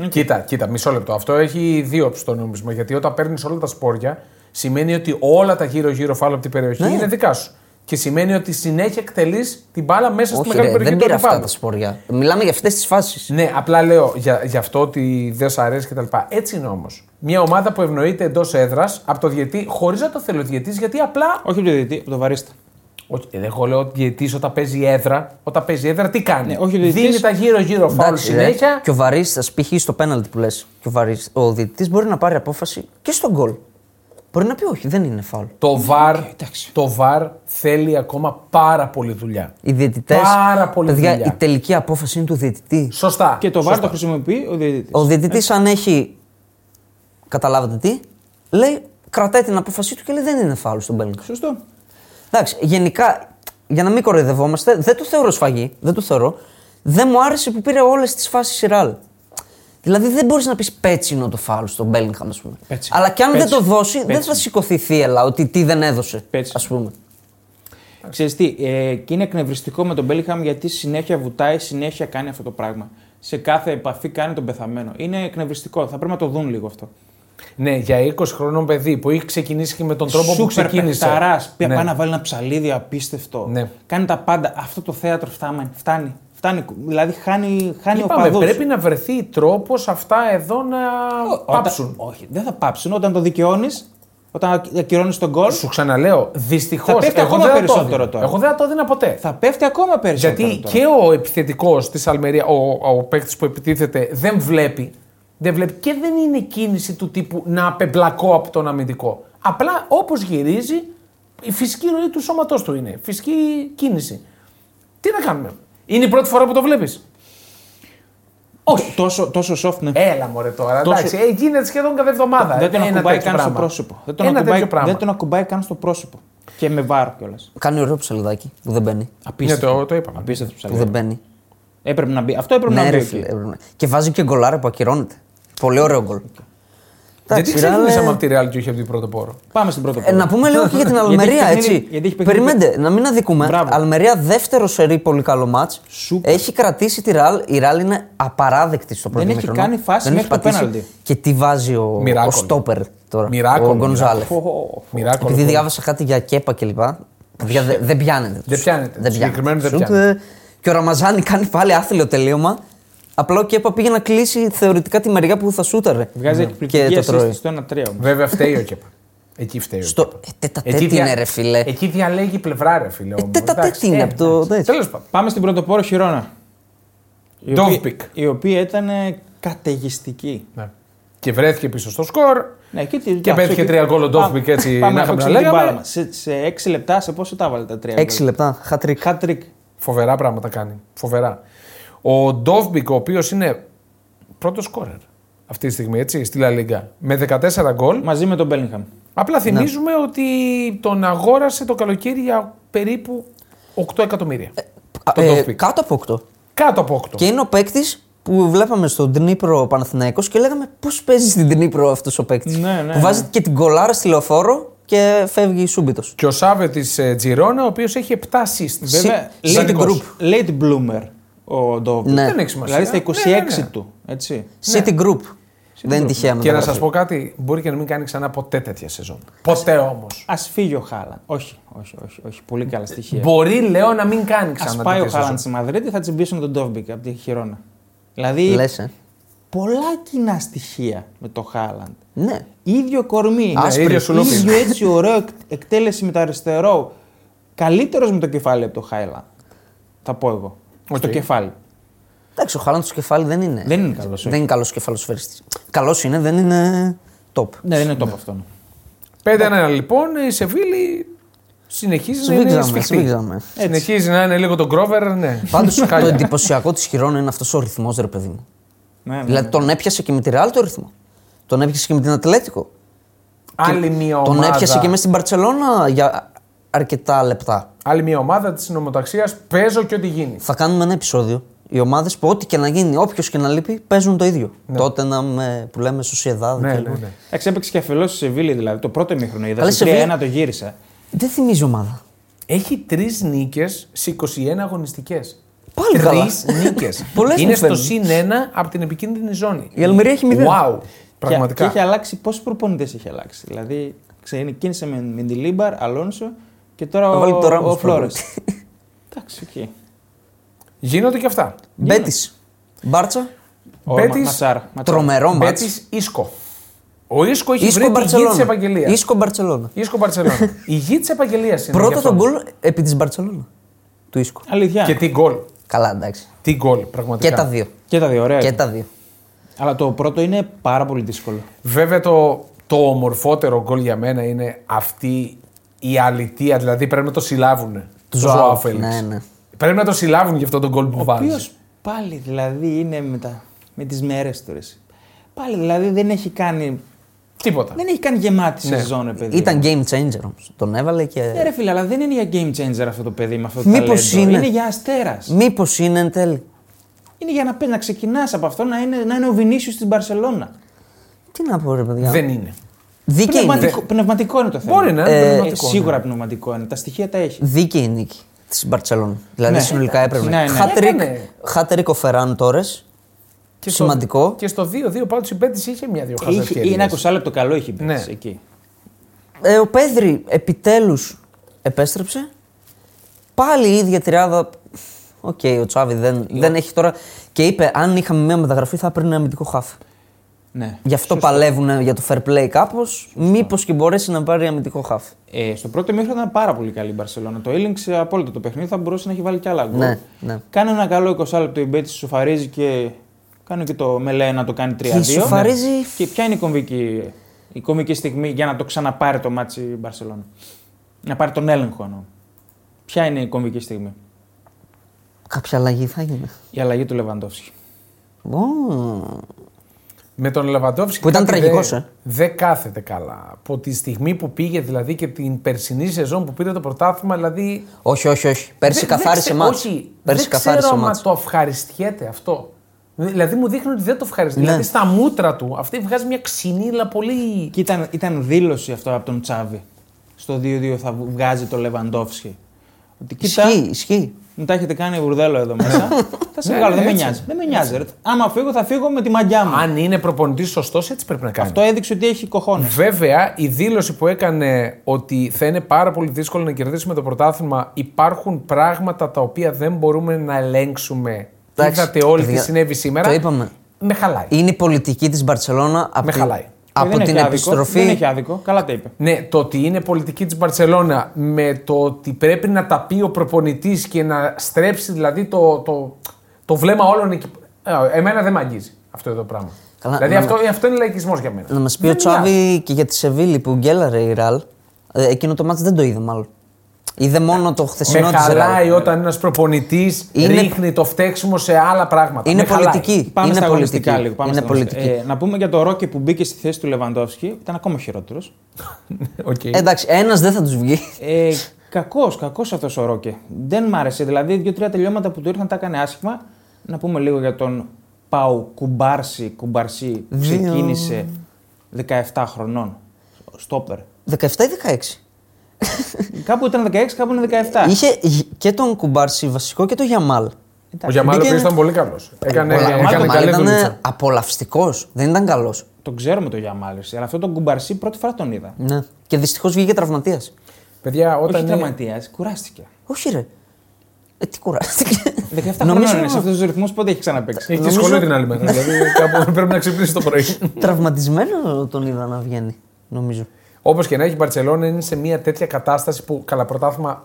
A: Κοίτα, κοίτα, μισό λεπτό. Αυτό έχει δύο όψει το νόμισμα. Γιατί όταν παίρνεις όλα τα σπόρια, σημαίνει ότι όλα τα γύρω-γύρω φάλα από την περιοχή
C: Ναι.
A: είναι δικά σου. Και σημαίνει ότι συνέχεια εκτελείς την μπάλα μέσα στη
C: Όχι,
A: μεγάλη
C: ρε,
A: περιοχή
C: δεν
A: του
C: πήρα αυτά
A: αντιπάλου.
C: τα σποριά. Μιλάμε για αυτές τις φάσεις.
A: Ναι, απλά λέω για, για αυτό ότι δεν σ' αρέσει κτλ. Έτσι είναι όμως. Μια ομάδα που ευνοείται εντός έδρας από το διαιτή, χωρίς να το θέλει ο διαιτής, γιατί απλά.
B: Όχι από το διαιτητή, από το βαρίστα.
A: Όχι, ε, εγώ λέω ότι διαιτή όταν παίζει έδρα, όταν παίζει έδρα, τι κάνει.
B: Ναι, όχι ο διαιτητής-
A: Δίνει τα γύρω-γύρω φάουλ
C: Εντάξει, ρε.
A: συνέχεια.
C: Και ο βαρίστα, π.χ. στο πέναλτι που λες, ο, βαρίσ- ο διαιτητής μπορεί να πάρει απόφαση και στον γκολ. Μπορεί να πει όχι, δεν είναι φάουλ.
A: Το VAR,
B: Ναι, εντάξει.
A: το VAR θέλει ακόμα πάρα πολύ δουλειά.
C: Οι διαιτητές.
A: Πάρα πολύ δουλειά.
C: η τελική απόφαση είναι του διαιτητή.
A: Σωστά.
B: Και το βάρ
A: σωστά.
B: το χρησιμοποιεί ο διαιτητής.
C: Ο διαιτητής, αν έχει. Καταλάβατε τι, λέει, κρατάει την απόφασή του και λέει δεν είναι φάουλ στον πέναλτι.
B: Σωστό.
C: Εντάξει, γενικά, για να μην κοροϊδευόμαστε, δεν το θεωρώ σφαγή. Δεν το θεωρώ. Δεν μου άρεσε που πήρε όλες τις φάσεις η ραλ. Δηλαδή δεν μπορείς να πεις πέτσινο το φάουλ στον Μπέλιγχαμ, ας πούμε.
B: Πέτσινο.
C: Αλλά και αν δεν
B: Πέτσινο.
C: το δώσει, δεν
B: Πέτσινο.
C: θα σηκωθεί η θύελα ότι τι δεν έδωσε.
B: Πέτσινο.
C: Ας πούμε.
B: Ξέρεις τι, ε, και είναι εκνευριστικό με τον Μπέλιχαμ γιατί συνέχεια βουτάει, συνέχεια κάνει αυτό το πράγμα. Σε κάθε επαφή κάνει τον πεθαμένο. Είναι εκνευριστικό, θα πρέπει να το δουν λίγο αυτό.
A: Ναι, για 20 χρονών παιδί που έχει ξεκινήσει και με τον τρόπο που ξεκίνησε.
B: παιχταράς,
A: Ναι.
B: Πάει να βάλει ένα ψαλίδι απίστευτο.
A: Ναι.
B: Κάνει τα πάντα. Αυτό το θέατρο φτάνει. φτάνει. φτάνει. Δηλαδή χάνει, χάνει ο
A: Είπαμε,
B: παδός.
A: πρέπει να βρεθεί τρόπος αυτά εδώ να
B: Όταν-
A: πάψουν.
B: όχι, δεν θα πάψουν. Όταν το δικαιώνεις, όταν ακυρώνεις τον κόλ,
A: Σου ξαναλέω, δυστυχώς.
B: Θα πέφτει
A: Εγώ
B: ακόμα
A: δεν θα το
B: περισσότερο
A: έδινα.
B: τώρα.
A: Εγώ δεν θα το έδινα ποτέ.
B: θα πέφτει ακόμα περισσότερο.
A: Γιατί
B: τώρα.
A: και ο επιθετικός της Αλμερία, ο, ο παίκτης που επιτίθεται, δεν βλέπει. Δεν βλέπει και δεν είναι κίνηση του τύπου να απεμπλακώ από τον αμυντικό. Απλά όπως γυρίζει, η φυσική ροή του σώματός του είναι. Φυσική κίνηση. Τι να κάνουμε. Είναι η πρώτη φορά που το βλέπεις.
B: όχι. Τόσο, τόσο soft, ναι.
A: Έλα μωρέ τώρα.
B: Τόσο-
A: Εντάξει, ε, γίνεται σχεδόν κάθε εβδομάδα.
B: δεν τον
A: Ένα
B: ακουμπάει
A: τέτοιο
B: καν στο
A: πράγμα.
B: πρόσωπο. Δεν τον,
A: Ένα
B: ακουμπάει,
A: τέτοιο πράγμα.
B: δεν τον ακουμπάει καν στο πρόσωπο. Και με βάρο κιόλα.
C: Κάνει ωραίο ψαλιδάκι που δεν μπαίνει.
B: Απίστευτο.
A: Ναι, το- το είπαμε.
B: Απίστευτο
C: Που δεν
B: ψαλίδι.
C: μπαίνει.
B: Έπρεπε να μπει. Αυτό έπρεπε
C: Ναι,
B: να μπει.
C: ρε,
B: εκεί.
C: φίλε, έπρεπε να- Και βάζει και γκολάρα που ακυρώνεται. Πολύ ωραίο γκολ.
A: Γιατί
C: Εντάξει, Ραλ,
A: ξεκινήσαμε
C: ε,
A: από τη Real και όχι από την πρώτο πόρο.
B: Πάμε στην πρώτη
C: Ε, να πούμε λίγο και για την Αλμερία,
B: έχει παιχνίδι-
C: έτσι.
B: γιατί έχει παιχνίδι-
C: Περιμένετε, να μην αδικούμε.
B: Μπράβο.
C: Αλμερία, δεύτερο σερί, πολύ καλό μάτ.
B: Σούπερ.
C: Έχει κρατήσει τη ραλ. Η ραλ είναι απαράδεκτη στο πρώτο
B: Δεν έχει
C: ημίχρονο.
B: κάνει φάση
C: Δεν
B: μέχρι
C: έχει
B: το
C: πατήσει.
B: πέναλτι.
C: Και τι βάζει ο,
A: Μοιράκον.
C: ο Στόπερ τώρα.
A: Μοιράκον,
C: ο Γκονζάλεφ.
A: μοιράκον. Μοιράκολο.
C: Επειδή διάβασα κάτι για κέπα κλπ. Παιδιά, δε- δεν πιάνεται.
A: Δεν πιάνεται.
C: Δεν
A: Συγκεκριμένο δεν
C: Σουτ,
A: πιάνεται.
C: ε, Και ο Ραμαζάνη κάνει πάλι άθλιο τελείωμα. Απλά ο Κέπα πήγε να κλείσει θεωρητικά τη μεριά που θα σούταρε.
B: Βγάζει
C: και
B: εκπληκτική
C: το
B: assist
C: τρώει.
B: στο 1-3. όμως.
A: Βέβαια φταίει ο Κέπα. Εκεί φταίει. ο
C: Στο-
A: Κέπα.
C: ε, τέτα τέτ είναι, ρε φίλε.
A: Εκεί διαλέγει πλευρά, ρε φίλε. όμως.
C: τέτα τέτ
A: Εντάξει,
C: είναι
A: ε,
C: από το-
A: εντάξει.
C: έτσι.
A: Τέλος πάντων.
B: Πάμε στην πρωτοπόρο Χιρόνα. Η
A: Dove
B: οποία-
A: pick.
B: Η οποία ήταν ε, καταιγιστική.
A: Ναι. Και βρέθηκε πίσω στο σκορ.
B: Ναι, και,
A: Και πέτυχε τρία γκολ ο Ντόφμπικ, έτσι, να είχαμε να λέγαμε.
B: λέγαμε. Σε, σε 6 λεπτά, σε πόσο τα βάλε τα 3
C: 6 λεπτά. Χατρικ.
B: Χάτρικ.
A: Φοβερά πράγματα κάνει. Φοβερά. Ο Ντόφμπικ, ο οποίος είναι πρώτος σκόρερ αυτή τη στιγμή, έτσι, στη Λα Λίγκα, με 14 γκολ.
B: Μαζί με τον Μπέλιγχαμ.
A: Απλά
C: Ναι.
A: θυμίζουμε ότι τον αγόρασε το καλοκαίρι για περίπου 8 εκατομμύρια. το
C: Ε,
A: Ντόφμπικ.
C: κάτω από 8.
A: Κάτω από 8.
C: Και είναι ο παίκτης που βλέπαμε στον Τνίπρο Παναθηναϊκός και λέγαμε πώς παίζεις στην Τνίπρο αυτός ο παίκτης.
B: Ναι, ναι,
C: που βάζει
B: ναι.
C: και την κολάρα στη λεωφόρο και φεύγει σούμπιτος.
A: Και ο Σάβε της Τζιρόνα, ο οποίος έχει 7 assists.
B: Βέβαια,
C: City
B: late,
C: Group.
B: late bloomer ο Ντόβι.
C: Ναι.
A: Δεν έχει σημασία.
B: Δηλαδή στα 26
A: Ναι, ναι, ναι.
B: του. Έτσι.
C: City Group. Δεν είναι τυχαία
A: Και να
C: μεταγραφή.
A: σας πω κάτι, μπορεί και να μην κάνει ξανά ποτέ τέτοια σεζόν. Ποτέ όμως.
B: Ας φύγει ο Χάλαν. Όχι, όχι, όχι, όχι. Πολύ καλά στοιχεία.
A: Μπορεί, λέω, να μην κάνει
B: Α
A: ξανά
B: πάει ο
A: τέτοια
B: Χάλαν
A: σεζόν.
B: στη Μαδρίτη, θα τσιμπήσουν τον Ντόβμπικ από τη Χιρόνα. Δηλαδή
C: Λες, ε.
B: πολλά κοινά στοιχεία με το Χάλαντ.
C: Ναι.
B: ίδιο κορμί.
A: Άσπρη. ίδιο σουλούπι.
B: ίδιο έτσι ωραίο εκ- εκτέλεση με το αριστερό. Καλύτερος με το κεφάλι από το Χάιλα. Θα πω εγώ.
A: Οκ.
B: Στο κεφάλι.
C: Εντάξει, ο Χάλαντ στο κεφάλι δεν είναι.
B: Δεν είναι καλός, όχι.
C: Δεν είναι καλός κεφαλοσφαιριστής. Καλός είναι, δεν είναι top.
B: Ναι, δεν είναι top αυτό.
A: 5-1 λοιπόν, η Σεβίλη συνεχίζει να είναι
C: Σβήξαμε,
A: σφιχτή.
C: σβήξαμε.
A: Συνεχίζει να είναι λίγο τον Κρόβερ, ναι.
C: Πάντως το
A: Χάλια.
C: εντυπωσιακό της χειρών είναι αυτός ο ρυθμός, ρε παιδί μου.
B: Ναι, ναι.
C: Δηλαδή τον έπιασε και με τη Ρεάλ το ρυθμό. Τον έπιασε και με την Ατλέτικο.
A: Άλλη μία
C: Τον
A: ομάδα.
C: έπιασε και μέσα στην Παρσελώνα για αρκετά λεπτά.
A: Άλλη μια ομάδα της νομοταξία. Παίζω και ό,τι γίνει.
C: Θα κάνουμε ένα επεισόδιο. Οι ομάδες που ό,τι και να γίνει, όποιος και να λείπει, παίζουν το ίδιο. Τότε να με, που λέμε Σοσιαδάδ.
A: Ναι,
C: και
A: ναι,
C: λοιπά.
A: ναι.
B: Εντάξει, έπαιξε και αφελώ στη Σεβίλη, δηλαδή το πρώτο μήχρονο. Είδα
C: Καλά,
B: στο
C: η
B: 3-1
C: Σεβίλη-
B: το γύρισα.
C: Δεν θυμίζει ομάδα.
A: Έχει τρεις νίκες σε 21 αγωνιστικές.
C: Πάλι καλά.
A: Τρεις νίκες.
C: Πολλές
A: Είναι
C: μου
A: στο
C: φαίνονται.
A: συν ένα από την επικίνδυνη ζώνη.
C: Η Αλμυρία έχει μηδέν.
A: Wow.
B: Και-
A: Πραγματικά.
B: Και, έχει αλλάξει πόσους προπονητές έχει αλλάξει. Δηλαδή, ξεκίνησε με Μιντιλίμπαρ, Αλόνσο και τώρα
C: Θα
B: ο,
C: βάλει το
B: ο,
C: Ράμος
B: Φλόρε.
C: πρώτα.
B: Εντάξει, οκ.
A: Γίνονται και αυτά.
C: Μπέτης. Μπάρτσα.
B: Ο
A: Μπέτης,
B: Μα- Ματσάρ, Ματσάρ.
C: Τρομερό μάτς.
A: Μπέτης Ίσκο. Ο Ίσκο έχει
C: Ίσκο
A: βρει τη γη τη
C: Μπαρτσελώνα.
A: επαγγελίας.
C: Ίσκο Μπαρτσελώνα.
A: Ίσκο Μπαρσελόνα. Η γη της επαγγελίας είναι.
C: Πρώτο
A: γι' αυτό.
C: τον γκολ επί της Μπαρσελόνα. Του Ίσκο.
B: Αλήθεια.
A: Και τι γκολ.
C: Καλά, εντάξει.
A: Τι γκολ,
C: Και
A: πραγματικά.
C: τα δύο.
B: Και τα δύο, ωραία.
C: Και τα δύο.
B: Αλλά το πρώτο είναι πάρα πολύ δύσκολο.
A: Βέβαια το, το ομορφότερο γκολ για μένα είναι αυτή η αλητία. Δηλαδή πρέπει να το συλλάβουν. Το
C: Ζωάου,
A: Ζωάου Φέλιξ.
C: ναι, ναι.
A: Πρέπει να το συλλάβουν για αυτό τον γκολ που
B: Ο οποίο
A: βάζει.
B: πάλι δηλαδή είναι με, τα, με τις μέρες του. ρε. Πάλι δηλαδή δεν έχει κάνει.
A: Τίποτα.
B: Δεν έχει κάνει γεμάτη
A: Ναι.
B: σεζόν, ρε παιδί.
C: Ήταν game changer όμως. Τον έβαλε
A: Ε,
B: Ναι,
C: και.
B: ρε φίλε, αλλά δεν είναι για game changer αυτό το παιδί με αυτό το
C: Μήπως
B: ταλέντο.
C: είναι.
B: Είναι για αστέρας.
C: Μήπως είναι εν τέλει.
B: Είναι για να, πες, να ξεκινάς από αυτό να είναι, να είναι ο Βινίσιο στην Παρσελώνα.
C: Τι να πω, ρε παιδιά.
A: Δεν είναι.
C: Δίκαιη νίκη.
B: Πνευματικό, πνευματικό είναι το θέμα.
A: Μπορεί να είναι
B: Ε,
A: πνευματικό, ναι.
B: σίγουρα πνευματικό είναι. Τα στοιχεία τα έχει.
C: Δίκαιη νίκη της Μπαρσελόνα. Δηλαδή
B: Ναι.
C: συνολικά έπρεπε.
B: Ναι, ναι.
C: Χατρίκ,
A: Έκανε.
C: χατρίκ ο Φεράν Τόρε.
A: Και στο-
C: Σημαντικό.
A: και στο 2-2 πάντω η Μπέτη είχε μια-δυο χαζές
B: Είχε,
A: ευκαιρίες.
B: είναι 20 λεπτό καλό είχε πει
A: Ναι.
B: εκεί.
C: Ε, ο Πέδρη επιτέλους επέστρεψε. Πάλι η ίδια τριάδα. Οκ, ο Τσάβη δεν, δεν έχει τώρα. Και είπε, αν είχαμε μια μεταγραφή, θα έπαιρνε ένα αμυντικό χάφ.
B: Ναι.
C: Γι' αυτό
B: Σωστό.
C: παλεύουν για το fair play κάπως. Μήπως και μπορέσει να πάρει αμυντικό χάφ.
B: Ε, στο πρώτο μήχρονο ήταν πάρα πολύ καλή η Μπαρσελόνα. Το έλεγξε απόλυτα το παιχνίδι, θα μπορούσε να έχει βάλει κι άλλα γκολ.
C: Ναι, ναι.
B: Κάνει ένα καλό 20 λεπτό η Μπέτη, σοφαρίζει και κάνει και το Μελέ να το κάνει 3-2.
C: Και σοφαρίζει.
B: Ναι. Και ποια είναι η κομβική, η κομβική στιγμή για να το ξαναπάρει το μάτσι η Μπαρσελόνα. Να πάρει τον έλεγχο εννοώ. Ποια είναι η κομβική στιγμή.
C: Κάποια αλλαγή θα γίνει.
B: Η αλλαγή του Λεβαντόφσκι.
C: Ω,
A: Με τον Λεβαντόφσκι.
C: Που ήταν
A: κάτι
C: τραγικός,
A: δεν-
C: ε.
A: Δεν κάθεται καλά. Από τη στιγμή που πήγε δηλαδή και την περσινή σεζόν που πήρε το πρωτάθλημα, δηλαδή.
C: Όχι, όχι, όχι. Πέρσι
A: δεν- δεν
C: καθάρισε
A: ξε-
C: μάτς.
A: Όχι,
C: Πέρσι
A: δεν ξέρω
C: καθάρισε
A: άμα
C: μάτς.
A: το ευχαριστιέται αυτό. Δηλαδή μου δείχνει ότι δεν το ευχαριστεί.
C: Ναι.
A: Δηλαδή στα μούτρα του αυτή βγάζει μια ξυνήλα πολύ.
B: Και ήταν, ήταν δήλωση αυτό από τον Τσάβη. Στο 2-2 θα βου- βγάζει το Λεβαντόφσκι. Ότι κοίτα,
C: Ισχύει, ισχύει.
B: μου τα έχετε κάνει βουρδέλο εδώ μέσα. θα σε
A: Ναι,
B: βγάλω, δεν
A: ναι,
B: με
A: έτσι.
B: νοιάζει. Δεν με νοιάζει. ρε. Άμα φύγω, θα φύγω με τη μαγιά μου.
A: Αν είναι προπονητής σωστός, έτσι πρέπει να κάνει.
B: Αυτό έδειξε ότι έχει κοχώνες.
A: Βέβαια, η δήλωση που έκανε ότι θα είναι πάρα πολύ δύσκολο να κερδίσουμε το πρωτάθλημα, υπάρχουν πράγματα τα οποία δεν μπορούμε να ελέγξουμε.
C: Εντάξει,
A: Είδατε όλοι τι
C: παιδιά,
A: συνέβη σήμερα.
C: το είπαμε.
A: Με χαλάει.
C: Είναι η πολιτική της Μπαρσελόνα από,
A: Με
C: την-
A: χαλάει.
C: από
B: δεν
C: την
B: έχει
C: επιστροφή.
B: Άδικο, δεν έχει άδικο. Καλά τα είπε.
A: Ναι, το ότι είναι πολιτική της Μπαρσελόνα με το ότι πρέπει να τα πει ο προπονητής και να στρέψει δηλαδή το, το, το βλέμμα όλων εκεί. Ε, Εμένα δεν με αγγίζει αυτό εδώ το πράγμα.
C: Καλά,
A: δηλαδή
C: να-
A: αυτό, αυτό είναι λαϊκισμός για μένα.
C: Να μας πει
A: Δεν
C: ο Τσάβη και για τη Σεβίλη που γκέλαρε η Ραλ. Ε, εκείνο το μάτς δεν το είδε μάλλον. Είδε μόνο το
A: Με
C: χθεσινό τη
A: χαλάει
C: Ραλ.
A: όταν ένας προπονητής
C: δηλαδή. Είναι-
A: ρίχνει το φταίξιμο σε άλλα πράγματα.
C: Είναι
A: Με χαλάει.
C: πολιτική.
B: Πάμε
C: είναι
B: στα
C: πολιτική.
B: αγωνιστικά λίγο. Πάμε
C: είναι
B: στα αγωνιστικά.
C: πολιτική.
B: Ε, να πούμε για το Ρόκε που μπήκε στη θέση του Λεβαντόφσκι. Ήταν ακόμα χειρότερος.
A: Οκ.
C: Εντάξει, ένας δεν θα τους βγει.
B: Ε, κακός, κακός αυτός ο Ρόκε. Δεν μ' άρεσε. Δηλαδή, δύο-τρία τελειώματα που του ήρθαν τα έκανε άσχημα. Να πούμε λίγο για τον Πάου Κουμπάρση. Κουμπάρση που
C: Δύο.
B: ξεκίνησε 17 χρονών. Στόπερ.
C: 17 ή 16.
B: κάπου ήταν 16, κάπου είναι 17.
C: Είχε και τον Κουμπάρση βασικό και τον Γιαμάλ.
A: Ο Γιαμάλ
C: Μπήκε-
A: ο
C: Ε,
A: οποίος ήταν πολύ καλός. Έκανε,
C: Πολλά-
A: έκανε,
C: Ο Γιαμάλ
A: καλή
C: ήταν ε,
A: δουλειά.
C: απολαυστικός. Δεν ήταν καλός.
B: Το ξέρουμε το Γιαμάλ, εσύ, αλλά αυτό τον Κουμπάρση πρώτη φορά τον είδα.
C: Ναι. Και δυστυχώς βγήκε τραυματίας.
A: Παιδιά,
B: Όταν
A: όταν
B: Όχι
A: είναι-
B: τραυματίας, κουράστηκε.
C: Όχι, ρε. Ε, τι κουράστηκε.
B: 17 χρόνια είναι σε αυτούς τους ρυθμούς, πότε έχει ξαναπέξει.
A: έχει τη
C: νομίζω-
A: σχολή την άλλη μέρα. δηλαδή κάπου πρέπει να ξυπνήσει το πρωί.
C: Τραυματισμένο τον είδα να βγαίνει, νομίζω.
A: Όπως και να έχει, η Μπαρσελόνα είναι σε μια τέτοια κατάσταση που καλά πρωτάθλημα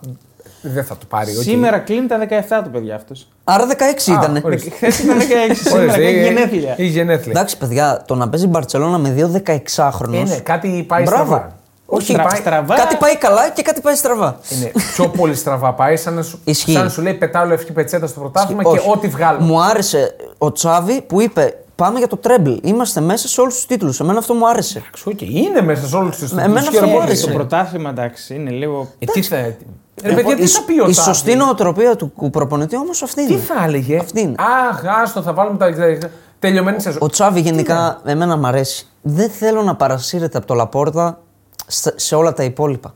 A: δεν θα το πάρει. οκ.
B: Σήμερα κλείνει τα 17 του παιδιά αυτός.
C: Άρα 16 ήτανε. ναι,
A: ορίστε.
B: Χθες ήταν 16, σήμερα
A: Ορίστε,
B: κάνει
A: ε,
B: γενέθλια.
A: Έχει γενέθλια.
C: Εντάξει, παιδιά, το να παίζει Μπαρσελόνα με δύο 16χρονου.
A: Ε, ναι, κάτι πάει
C: Μπράβο.
A: στραβά.
B: Όχι,
A: πάει-
B: στραβά.
C: Κάτι πάει καλά και κάτι πάει στραβά.
A: Ε, ναι, πιο πολύ στραβά πάει, σαν να σου,
C: Ισχύει.
A: σαν να σου λέει πετάω λευκή πετσέτα στο πρωτάθλημα και
C: Όχι.
A: ό,τι βγάλω.
C: Μου άρεσε ο Τσάβη που είπε Πάμε για το τρέμπλ. Είμαστε μέσα σε όλους τους τίτλους. Εμένα αυτό μου άρεσε.
A: Οκ, είναι μέσα σε όλους τους τίτλους.
C: εμένα αυτό μου άρεσε.
B: Ε, Το πρωτάθλημα εντάξει είναι λίγο.
A: Ε, τι θα. Ρε παιδιά, τι
C: η,
A: θα πει ο
C: η
A: Τάδης?
C: σωστή νοοτροπία του προπονητή όμως αυτή είναι.
A: Τι θα έλεγε.
C: Αυτή είναι.
A: Αχ, άστο, θα βάλουμε τα. τα- Τελειωμένη σεζόν.
C: Ο Τσάβη γενικά εμένα μ' αρέσει. Δεν θέλω να παρασύρεται από το Λαπόρτα στα- σε όλα τα υπόλοιπα.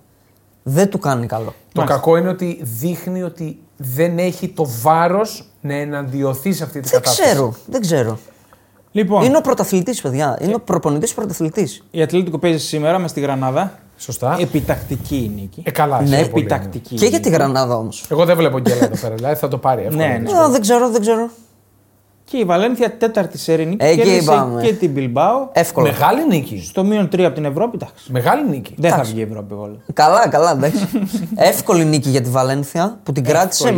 C: Δεν του κάνει καλό.
A: Το κακό είναι ότι δείχνει ότι δεν έχει το βάρος να εναντιωθεί σε αυτή τη
C: Δεν
A: κατάσταση.
C: ξέρω, δεν ξέρω.
B: Λοιπόν,
C: Είναι ο πρωταθλητής, παιδιά. Είναι ο προπονητής πρωταθλητής.
B: η Ατλέτικο παίζει σήμερα μες στη Γρανάδα.
A: Σωστά.
C: Ε-
B: Επιτακτική η νίκη.
A: Ε, καλά,
C: Ναι,
A: εσύ, πολύ, ναι.
B: Επιτακτική.
C: Και για τη
B: η νίκη.
C: Γρανάδα όμως.
A: Εγώ δεν βλέπω γκέλα εδώ πέρα. Δηλαδή θα το πάρει εύκολα.
B: Ναι, ναι.
C: Δεν ξέρω, δεν ξέρω.
B: Και η Βαλένθια τέταρτη σερή νίκη.
C: Ε, Εκεί
B: κέρδισε
C: πάμε.
B: και την Μπιλμπάο.
C: Εύκολα.
A: Μεγάλη νίκη.
B: Στο μείον 3 από την Ευρώπη, εντάξει.
A: Μεγάλη νίκη.
B: Δεν θα βγει η Ευρώπη όλα.
C: Καλά, καλά, εντάξει. Εύκολη νίκη για τη Βαλένθια που την κράτησε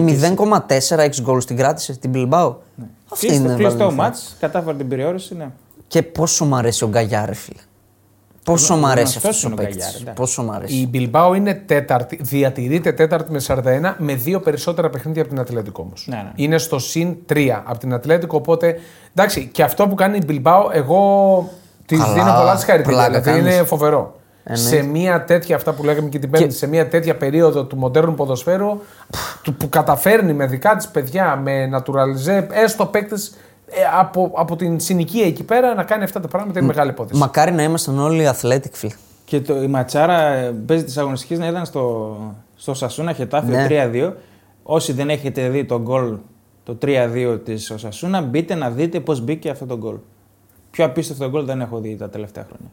C: 0,4 6 γκολ. Την κράτησε την Bilbao.
B: Ναι.
C: Αυτή είναι η
B: Κλειστό
C: Βαλένθια.
B: μάτ, κατάφερε την περιόριση, ναι.
C: Και πόσο μ' αρέσει ο Γκαγιά, ρε φίλε. Πόσο μ' αρέσει
B: γνωστός
C: αυτό ο
B: είναι ο Γκαγιάρ,
C: παίκτη.
B: εντάξει.
C: Πόσο μ' αρέσει.
A: Η Bilbao είναι τέταρτη, διατηρείται τέταρτη με 41 με δύο περισσότερα παιχνίδια από την Ατλέτικο όμως.
B: Ναι, ναι.
A: Είναι στο συν 3 από την Ατλέτικο. Οπότε εντάξει, και αυτό που κάνει η Bilbao, εγώ τη
C: Καλά,
A: δίνω πολλά συγχαρητήρια.
C: πλάκα
A: Δηλαδή
C: κάνεις.
A: είναι φοβερό. Σε μια τέτοια, αυτά που λέγαμε και την Πέμπτη, σε μια τέτοια περίοδο του μοντέρνου ποδοσφαίρου του, που καταφέρνει με δικά της παιδιά, με naturalize, έστω παίκτες από, από την συνοικία εκεί πέρα να κάνει αυτά τα πράγματα είναι μεγάλη υπόθεση.
C: Μακάρι να ήμασταν όλοι αθλέτικοι, φίλε.
B: Και το, η ματσάρα ε, παίζει τη αγωνιστική να ήταν στο, στο Σασούνα Χετάφιο
C: Ναι.
B: 3-2. Όσοι δεν έχετε δει τον γκολ το 3-2 τη Σασούνα, μπείτε να δείτε πώς μπήκε αυτό το γκολ. Πιο απίστευτο γκολ δεν έχω δει τα τελευταία χρόνια.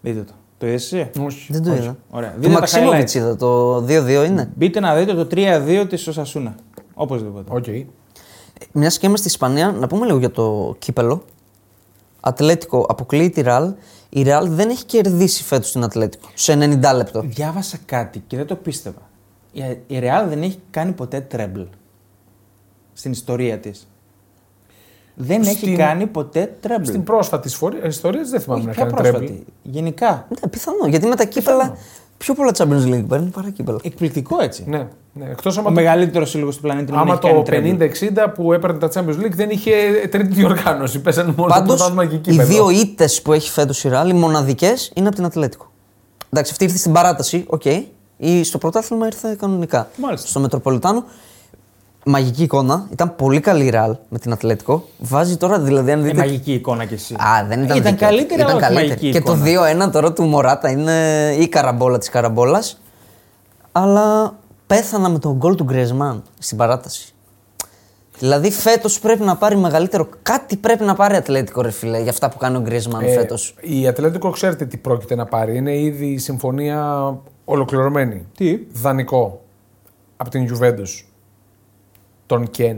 B: Δείτε το. Το είδες εσύ.
A: Όχι.
C: Δεν το
B: Όχι.
C: είδα.
B: Ωραία. Δείτε
C: Του
B: τα
C: Μαξίμοβιτ
B: highlights.
C: είδα το 2-2 είναι.
B: Μπείτε να δείτε το 3-2 τη Σασούνα. Οπωσδήποτε.
A: Οκ.
C: Μιας και είμαστε στην Ισπανία, να πούμε λίγο για το κύπελο. Ατλέτικο αποκλείει τη Ραλ. Η Ραλ δεν έχει κερδίσει φέτος την Ατλέτικο σε 90 λεπτό.
B: Διάβασα κάτι και δεν το πίστευα. Η, η Real δεν έχει κάνει ποτέ τρέμπλ στην ιστορία της. Δεν έχει
A: Στην-
B: κάνει ποτέ τρέμπλ.
C: Ναι.
A: Στην πρόσφατη σφορ- ιστορία της δεν θυμάμαι
B: Όχι,
A: να
B: ποια
A: κάνει
B: πρόσφατη.
A: τρέμπλ.
B: Γενικά.
C: Ναι, πιθανό. Γιατί με τα κύπελα πιο πολλά Champions League παίρνει παρά κύπελα.
B: Εκπληκτικό έτσι.
A: Ναι, ναι. Εκτός
B: Ο
A: άμα, το-
B: μεγαλύτερος σύλλογος του πλανήτη να μην
A: άμα
B: έχει
A: το
B: κάνει Ε, τρέμπλ.
A: 50-60 που έπαιρνε τα Champions League δεν είχε τρίτη διοργάνωση. Πέσανε μόνο το
C: Πάντως,
A: πρωτάθλημα και εκεί
C: οι δύο ήττες που έχει φέτος η Ραλ, οι μοναδικές, είναι από την Ατλέτικο. Εντάξει, αυτή ήρθε στην παράταση, οκ. Η, στο πρωτάθλημα ήρθε κανονικά.
B: Μάλιστα.
C: Στο Μετροπολιτάνο. Μαγική εικόνα. Ήταν πολύ καλή η Ραλ με την Ατλέτικο. Βάζει τώρα, δηλαδή, αν
B: Ε,
C: δείτε.
B: μαγική εικόνα κι εσύ.
C: Α, δεν ήταν,
B: ήταν
C: δίκαιο.
B: καλύτερη,
C: Ήταν
B: αλλά όχι
C: καλύτερη.
B: μαγική
C: Και
B: εικόνα.
C: το 2-1 τώρα του Μωράτα είναι η καραμπόλα της καραμπόλας. Αλλά πέθανα με τον γκολ του Γκρεσμάν στην παράταση. Δηλαδή φέτος πρέπει να πάρει μεγαλύτερο. Κάτι πρέπει να πάρει ατλέτικο ρε φίλε για αυτά που κάνει ο Γκρεσμάν ε, φέτος.
A: η Ατλέντικο ξέρετε τι πρόκειται να πάρει. Είναι ήδη η συμφωνία ολοκληρωμένη.
B: Τι?
A: Δανεικό. Από την Juventus. Τον Κεν.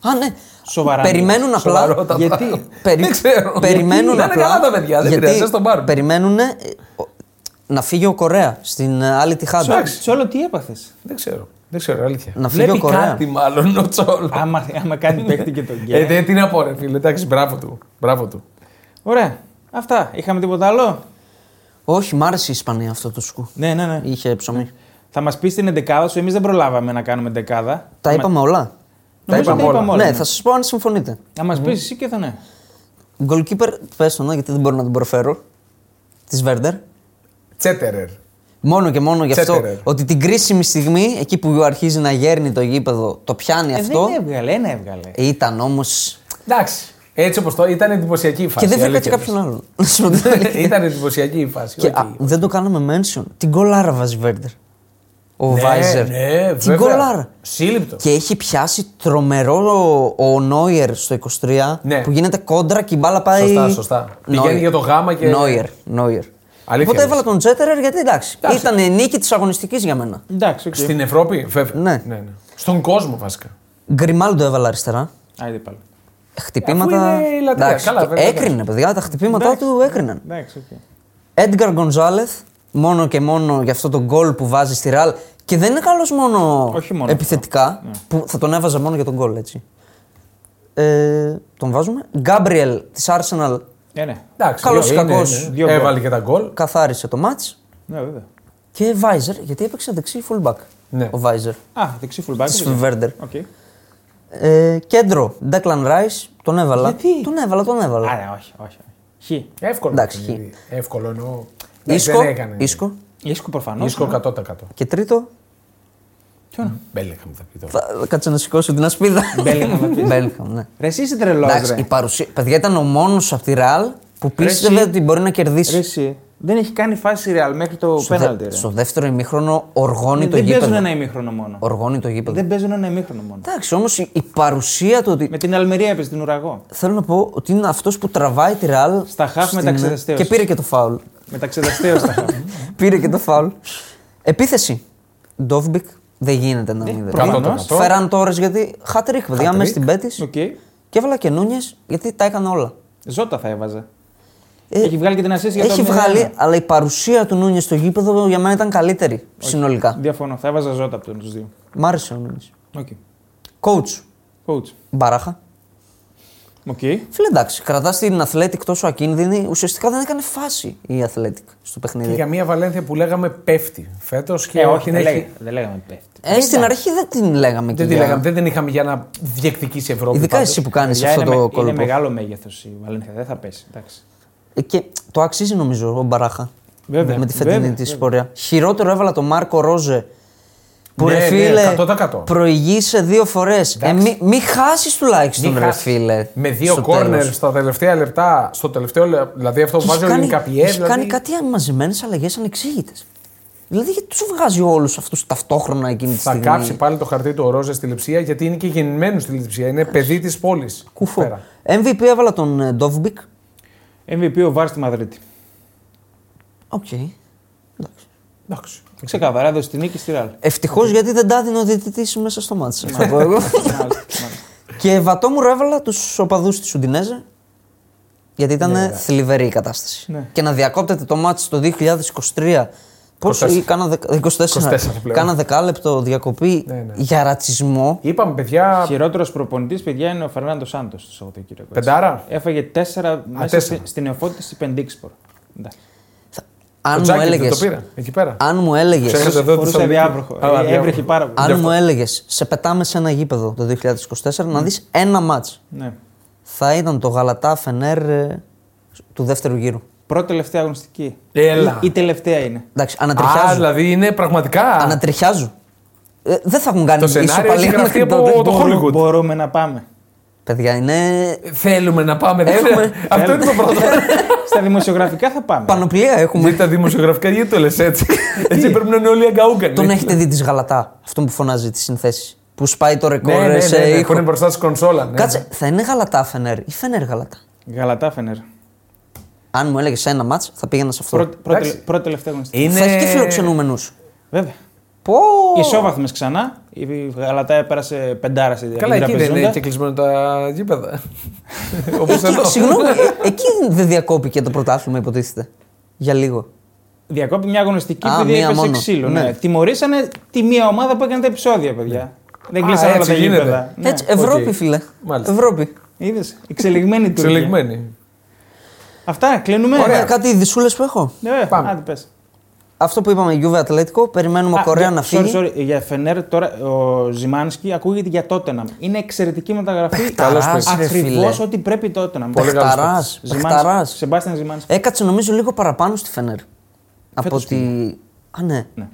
C: Α, ναι.
B: Σοβαρά
C: Περιμένουν απλά.
A: ναι. Σοβαρότατα.
B: Γιατί?
C: Περι-
A: Δεν ξέρω.
C: Περιμένουν
A: Γιατί? Να είναι
C: απλά.
A: καλά τα παιδιά, δεν
C: γιατί
A: πειράζει, ας τον πάρουν.
C: Περιμένουν ε, ο- να φύγει ο Κορέα στην ε, άλλη τη χάντα.
A: Εντάξει.
B: Σε όλο τι έπαθες.
A: Δεν ξέρω. Δεν ξέρω, αλήθεια.
C: Να φύγει
A: Βλέπει
C: ο Κορέα.
A: κάτι μάλλον ο Τσόλο.
B: άμα, άμα κάνει παίκτη και τον
A: Ε,
B: γκέλ.
A: δεν τι να πω, ρε φίλε. Εντάξει, μπράβο του. Μπράβο του.
B: Ωραία. Αυτά. Είχαμε τίποτα άλλο.
C: Όχι, μ' άρεσε η Ισπανία αυτό το σκου.
B: Ναι, ναι, ναι.
C: Είχε ψωμί.
B: Θα μας πεις την εντεκάδα σου. Εμείς δεν προλάβαμε να κάνουμε εντεκάδα.
C: Τα είπαμε όλα.
B: Νομίζω
A: είπαμε όλα.
B: όλα,
C: Ναι,
B: ναι.
C: θα σας πω αν συμφωνείτε.
B: Να μας πεις εσύ και θα ναι.
C: Γκολκίπερ, πε τον, ναι, γιατί δεν μπορώ να τον προφέρω. Της Βέρντερ.
A: Τσέτερερ.
C: Μόνο και μόνο γι' αυτό
A: Τσέτερερ.
C: ότι την κρίσιμη στιγμή, εκεί που αρχίζει να γέρνει το γήπεδο, το πιάνει
B: Ε,
C: αυτό.
B: δεν έβγαλε, ένα έβγαλε.
C: Ήταν όμως.
A: Εντάξει. Έτσι όπως το ήταν εντυπωσιακή η φάση.
C: Και δεν βρήκα και
A: αλήθεια.
C: κάποιον άλλον. Να σου πω την αλήθεια.
A: ήταν εντυπωσιακή η φάση.
C: Και,
A: οκ.
C: α, δεν το κάναμε mention. Την γκολάρα βάζει Βέρντερ. Ο
A: ναι,
C: Βάιζερ.
A: Ναι,
C: την
A: βέβαια.
C: γκολάρα.
A: Σύλληπτος.
C: Και έχει πιάσει τρομερό ο, ο Νόιερ στο 23
A: Ναι.
C: που γίνεται κόντρα και η μπάλα πάει.
A: Σωστά, σωστά.
C: Νόιερ.
A: Πηγαίνει για το γάμα και-
C: Νόιερ. Νόιερ.
A: Αλήθεια
C: Οπότε
A: λες.
C: έβαλα τον Τσέτερερ γιατί εντάξει.
A: Εντάξει.
C: Ήταν η νίκη της αγωνιστικής για μένα.
B: Εντάξει, οκ.
A: Στην Ευρώπη, βέβαια.
C: Ναι.
A: Ναι, ναι. Στον κόσμο βασικά.
C: Γκριμάλντο έβαλα αριστερά.
B: Άιντε πάλι.
C: Χτυπήματα.
A: Ε, Αφού είναι η λατρεία. Καλά,
C: και
A: βέβαια,
C: έκρινε, παιδιά. Τα χτυπήματά του έκριναν.
B: Εντάξει, οκ.
C: Έντγκαρ Γκονζάλεθ, μόνο και μόνο για αυτό το γκολ που βάζει στη Ραλ. Και δεν είναι καλός μόνο,
B: Όχι μόνο Ναι.
C: επιθετικά, που θα τον έβαζα μόνο για τον γκολ, έτσι. Ε, τον βάζουμε. Γκάμπριελ της Arsenal
B: Ε, ναι.
A: Εντάξει,
C: Καλός
A: είναι,
C: ή κακός,
A: είναι.
B: δύο γκολ.
A: Έβαλε και τα γκολ.
C: καθάρισε το μάτς.
B: Ναι, βέβαια.
C: Και Βάιζερ, γιατί έπαιξε δεξί fullback
A: Ναι.
C: ο Βάιζερ
B: Α, δεξί fullback.
C: της
B: δεν ξέρω.
C: Βέρντερ.
B: Οκ.
C: Ε, κέντρο, Declan Rice, τον έβαλα.
B: Γιατί?
C: Τον έβαλα, τον έβαλα.
B: Άρα, ναι, όχι, όχι. όχι. Χ.
A: Εύκολο.
C: Εντάξει,
A: το παιχνίδι. Εύκολο εννοώ. Εντάξει,
C: Ίσκο,
A: δεν έκανε.
C: Ίσκο.
B: Ίσκο προφανώς.
A: Ίσκο 100%.
C: Και τρίτο,
A: Μπέλεγχαμ θα πει τώρα.
C: θα κάτσε να σηκώσω την ασπίδα. Μπέλιγχαμ, ναι.
B: Ρε, εσύ είσαι τρελός.
C: Εντάξει, η παρουσία. Παιδιά ήταν ο μόνος από τη Ρεάλ που πίστευε
B: εσύ.
C: ότι μπορεί να κερδίσει.
B: Εσύ. Δεν έχει κάνει φάση ρεαλ μέχρι το
C: Στο, δε-
B: πέναλτι. ρε. Ε,
C: στο δεύτερο ημίχρονο οργώνει
B: Δεν
C: το
B: δεν παίζουν ένα
C: γήπεδο.
B: ημίχρονο μόνο.
C: Οργώνει το γήπεδο.
B: Δεν παίζουν ένα ημίχρονο μόνο.
C: Εντάξει, όμως η, η παρουσία του ότι.
B: Με την Αλμερία έπαιζε την ουραγό.
C: Θέλω να πω ότι είναι αυτός που τραβάει τη Ρεάλ.
B: Στα χαφ
C: στην-
B: μεταξιδεστέως.
C: Και πήρε και το φάουλ.
B: Μεταξεδαστέω τα χάφη.
C: πήρε και το φάουλ. Επίθεση. Ντόφμπικ δεν γίνεται
B: Ε,
C: να μην
A: προφανώς.
C: Φέραν τώρα γιατί χατρίχ, παιδιά, μέσα στην πέτη.
B: Οκ.
C: Και έβαλα και Νούνιες γιατί τα έκανε όλα.
B: Ζώτα θα έβαζα.
C: Ε,
B: Έχει βγάλει και την ασίστ για το
C: Έχει
B: 0-1.
C: βγάλει, αλλά η παρουσία του Νούνιες στο γήπεδο για μένα ήταν καλύτερη συνολικά.
B: Διαφωνώ. Θα έβαζα ζώτα από τους δύο.
C: Μ' άρεσε ο Νούνιες.
B: Οκ.
C: Coach,
B: Coach.
C: μπαράχα.
B: Οκ.
C: Φίλε, εντάξει, κρατάς την Athletic τόσο ακίνδυνη. Ουσιαστικά δεν έκανε φάση η Athletic στο
A: Και
C: παιχνίδι.
A: για μια Βαλένθια που λέγαμε πέφτει φέτος και
B: Ε, όχι, δεν,
A: έχει-
B: λέγα- δεν λέγαμε πέφτει.
C: Ε, στην αρχή δεν την λέγαμε
A: Δεν,
C: και
A: τη
C: για-
A: λέγαμε, δεν την είχαμε για να διεκδικήσει η Ευρώπη.
C: Ειδικά
A: πάντως.
C: εσύ που κάνεις
B: Παιδιά,
C: αυτό
B: είναι,
C: το
B: με- είναι
C: κόλπο.
B: μεγάλο μέγεθος η Βαλένθια. Δεν θα πέσει. Εντάξει.
C: Ε, Και το αξίζει νομίζω ο Μπαράχα.
B: Βέβαια,
C: με τη φετινή
B: βέβαια,
C: της
B: βέβαια.
C: πορεία. Χειρότερο έβαλα τον Μάρκο Ρόζε. Που
A: Ναι,
C: ρε
A: ναι,
C: φίλε,
A: 100%.
C: προηγείσαι δύο φορές. Ε, μη, μη χάσεις τουλάχιστον,
A: Μη
C: ρε
A: χάσεις.
C: φίλε.
A: Με δύο
C: στο
A: κόρνερ
C: τέλος.
A: στα τελευταία λεπτά, στο τελευταίο λε- δηλαδή αυτό που
C: Και
A: βάζει ο
C: κάνει,
A: Ινκαπιέ.
C: έχεις
A: Δηλαδή,
C: κάνει κάτι μαζεμένε αλλαγές ανεξήγητες. Δηλαδή, γιατί τους βγάζει όλους αυτούς ταυτόχρονα εκείνη τη
A: θα
C: στιγμή.
A: κάψει πάλι το χαρτί του ο Ρόζε στη Λιψία γιατί είναι και γεννημένος στη Λιψία. Είναι παιδί της πόλης.
C: Κουφό. MVP έβαλα τον ε, Ντόβμπικ.
B: MVP ο Βάρ στη Μαδρίτη.
C: Οκ. Εντάξει.
A: Εντάξει.
B: Ξεκαθαρά έδωσε την νίκη στη Ραλ.
C: Ευτυχώς γιατί δεν τα έδινε ο διαιτητής μέσα στο μάτι. Θα πω εγώ.
B: Μάλιστα, μάλιστα.
C: και βατόμουρο έβαλα τους οπαδούς της Ουντινέζα. Γιατί ήταν
A: Ναι,
C: θλιβερή η κατάσταση.
B: Ναι.
C: Και να διακόπτεται το μάτι το 2023. Πόσο
A: 24.
C: ή κάνα, δεκα- 24,
A: 24 πλέον.
C: κάνα δεκάλεπτο διακοπή
A: Ναι, ναι.
C: για ρατσισμό.
A: Είπαμε παιδιά.
B: Χειρότερος προπονητής, παιδιά, είναι ο Φερνάντος Σάντος το Σαββατοκύριακο. έτσι.
A: Πεντάρα.
B: Έφαγε τέσσερα μέσα
A: τέσσερα.
B: στη- στην νεοφώτιση πεντήξπορ. Εντάξει.
A: Το
C: Αν μου
A: Τζάκι δεν
C: έλεγες.
A: το πήρε εκεί πέρα.
C: Αν μου έλεγες.
A: Ξέρετε εδώ τη
B: Φορούσε
A: Θεσσαλονίκη.
B: διάβροχο. ε,
A: Α, διάβροχο.
B: Έβρεχε πάρα πολύ.
C: Αν μου έλεγες, σε πετάμε σε ένα γήπεδο το 2024 να δεις ένα μάτ.
B: Ναι.
C: Θα ήταν το Γαλατά Φενέρ ε, του δεύτερου γύρου.
B: Πρώτη τελευταία αγωνιστική.
A: Έλα.
B: Η, η τελευταία είναι.
C: Εντάξει,
A: Α,
C: ανατριχιάζω.
A: δηλαδή είναι πραγματικά.
C: Ανατριχιάζω. Ε, δεν θα έχουν κάνει
A: Το σενάριο
C: ισοπαλία
A: έχει γραφτεί
C: μέχρι
A: από
C: τότε.
A: το
C: Μπορούμε.
A: Hollywood.
B: Μπορούμε να πάμε.
C: Παιδιά, είναι.
A: Θέλουμε να πάμε. δεν
C: Έχουμε.
A: είναι- Αυτό είναι το πρώτο.
B: Στα δημοσιογραφικά θα πάμε.
C: Πανοπλία έχουμε.
A: Γιατί τα δημοσιογραφικά γιατί το λες έτσι. Έτσι πρέπει να είναι όλοι αγκαούγκανοι.
C: Τον έχετε δει τη Γαλατά, αυτόν που φωνάζει τις συνθέσεις. Που σπάει το ρεκόρ ε,
A: Ναι, ναι, ναι,
C: σε
A: ναι,
C: ήχο.
A: που είναι μπροστά στη κονσόλα. ναι.
C: Κάτσε, θα είναι Γαλατά Φενέρ ή Φενέρ Γαλατά.
B: Γαλατάφενερ.
C: Αν μου έλεγες ένα μάτ, θα πήγαινα σε αυτό.
B: Πρώτη, πρώτη,
A: Εντάξει.
B: πρώτη τελευταία αγωνιστική.
A: Είναι-
C: Θα έχεις και φιλοξενούμενους.
B: Βέβαια.
C: Πω!
B: Ισόβαθμες ξανά. Η Γαλατά έπερασε πεντάρα στη
A: Καλά,
B: στην
A: εκεί δεν Ε, είναι
B: τραπεζούντα.
A: και κλεισμένο τα γήπεδα. Όπως εδώ.
C: Εκεί, συγγνώμη, ε, εκεί δεν διακόπηκε το πρωτάθλημα, υποτίθεται. Για λίγο.
B: Διακόπη μια αγωνιστική
C: Α,
B: επειδή
C: μία
B: έπεσε
C: μόνο.
B: ξύλο.
C: Ναι.
B: Ναι. Τιμωρήσανε τη μία ομάδα που έκανε τα επεισόδια, παιδιά. Δεν
A: Α,
B: κλείσανε όλα
A: έτσι
B: τα
A: γίνεται.
B: γήπεδα. Ναι.
C: Έτσι, ε- Ευρώπη,
A: οκ.
C: φίλε.
A: Μάλιστα.
C: Ευρώπη.
B: Είδες, εξελιγμένη του.
A: Συλλεγμένοι.
B: Αυτά, κλείνουμε.
C: Ωραία. Κάτι δυσούλες που έχω.
B: Ναι, ε,
A: Πάμε.
B: Άντε, πες.
C: Αυτό που είπαμε, Γιούβε Ατλέτικο, περιμένουμε
B: Α,
C: Κορέα
B: για-
C: να
B: sorry,
C: φύγει.
B: sorry, για Φενέρ τώρα ο Ζημάνσκι ακούγεται για Τότεναμ. Είναι εξαιρετική μεταγραφή.
C: Παιχταράς, ρε
B: Ακριβώ
C: φίλε.
B: ό,τι πρέπει η Τότεναμ.
A: Πολύ καλός
C: Παιχταρά.
B: Ζημάνσκι. Σεμπάστιαν Ζημάνσκι.
C: Έκατσε νομίζω λίγο παραπάνω στη Φενέρ. Από
B: Φέτος
C: ότι. Α, ναι.
B: Ναι.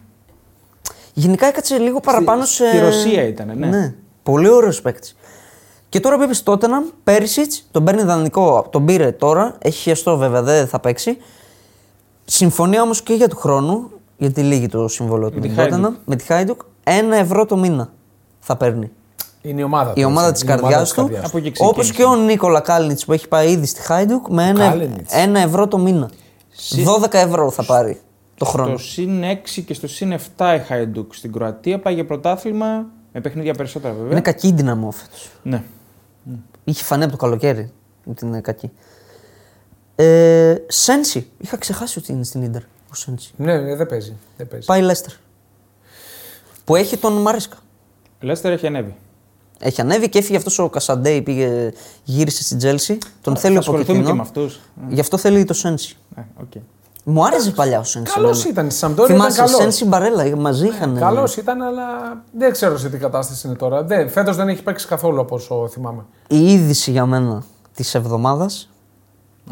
C: Γενικά έκατσε λίγο παραπάνω σε.
B: στη Ρωσία ήτανε, ναι.
C: Πολύ ωραίος παίκτης. Και τώρα που είπες Τότεναμ, Πέρισιτ, τον παίρνει δανεικό, τον πήρε τώρα. Έχει χιαστό βέβαια, δεν θα παίξει. Συμφωνία όμως και για του χρόνου, γιατί λύγει το συμβόλαιο του
B: τη
C: με την Tottenham,
B: Hajduk.
C: με τη Χάιντουκ. Ένα ευρώ το μήνα θα παίρνει.
A: Είναι η ομάδα του.
C: Η ομάδα
A: έτσι.
C: της
A: Είναι η
C: καρδιάς
A: της
C: του.
A: καρδιάς
B: Από εκεί ξεκίνησε.
C: Όπως και ο Νίκολα Κάλνιτ που έχει πάει ήδη στη Χάιντουκ με ένα,
A: Κάλινιτς.
C: ένα ευρώ το μήνα.
B: Συ-
C: 12 ευρώ θα πάρει το χρόνο.
B: Στο συν 6 και στο συν 7 η Χαϊντούκ στην Κροατία πάει για πρωτάθλημα με παιχνίδια περισσότερα βέβαια.
C: Είναι κακή η δύναμη φέτος.
B: Ναι.
C: Είχε φανεί από το καλοκαίρι ότι είναι κακή. Ε, Σένσι. Είχα ξεχάσει ότι είναι στην ντερ ο Σένσι.
A: Ναι, ναι, δεν παίζει. Δεν παίζει.
C: Πάει Λέστερ. Που έχει τον Μάρισκα.
B: Λέστερ έχει ανέβει.
C: Έχει ανέβει και έφυγε αυτός ο Κασαντέι, πήγε, γύρισε στην Τζέλση. Τον θέλει
B: Θα
C: ο
B: ασχοληθούμε και με
C: Ποκετίνο.
B: αυτούς.
C: Γι' αυτό θέλει το Σένσι.
B: Ναι, οκ.
C: Μου άρεσε παλιά ο Σένση.
A: Καλός
C: εμένα.
A: ήταν, στη Σαμπτόρια
C: Θυμάσαι,
A: ήταν καλός. Ναι,
C: Σένση Μπαρέλα μαζί είχαν. ε,
A: Καλός ήταν, αλλά δεν ξέρω σε τι κατάσταση είναι τώρα. Δεν, φέτος δεν έχει παίξει καθόλου από όσο θυμάμαι.
C: Η είδηση για μένα της εβδομάδας.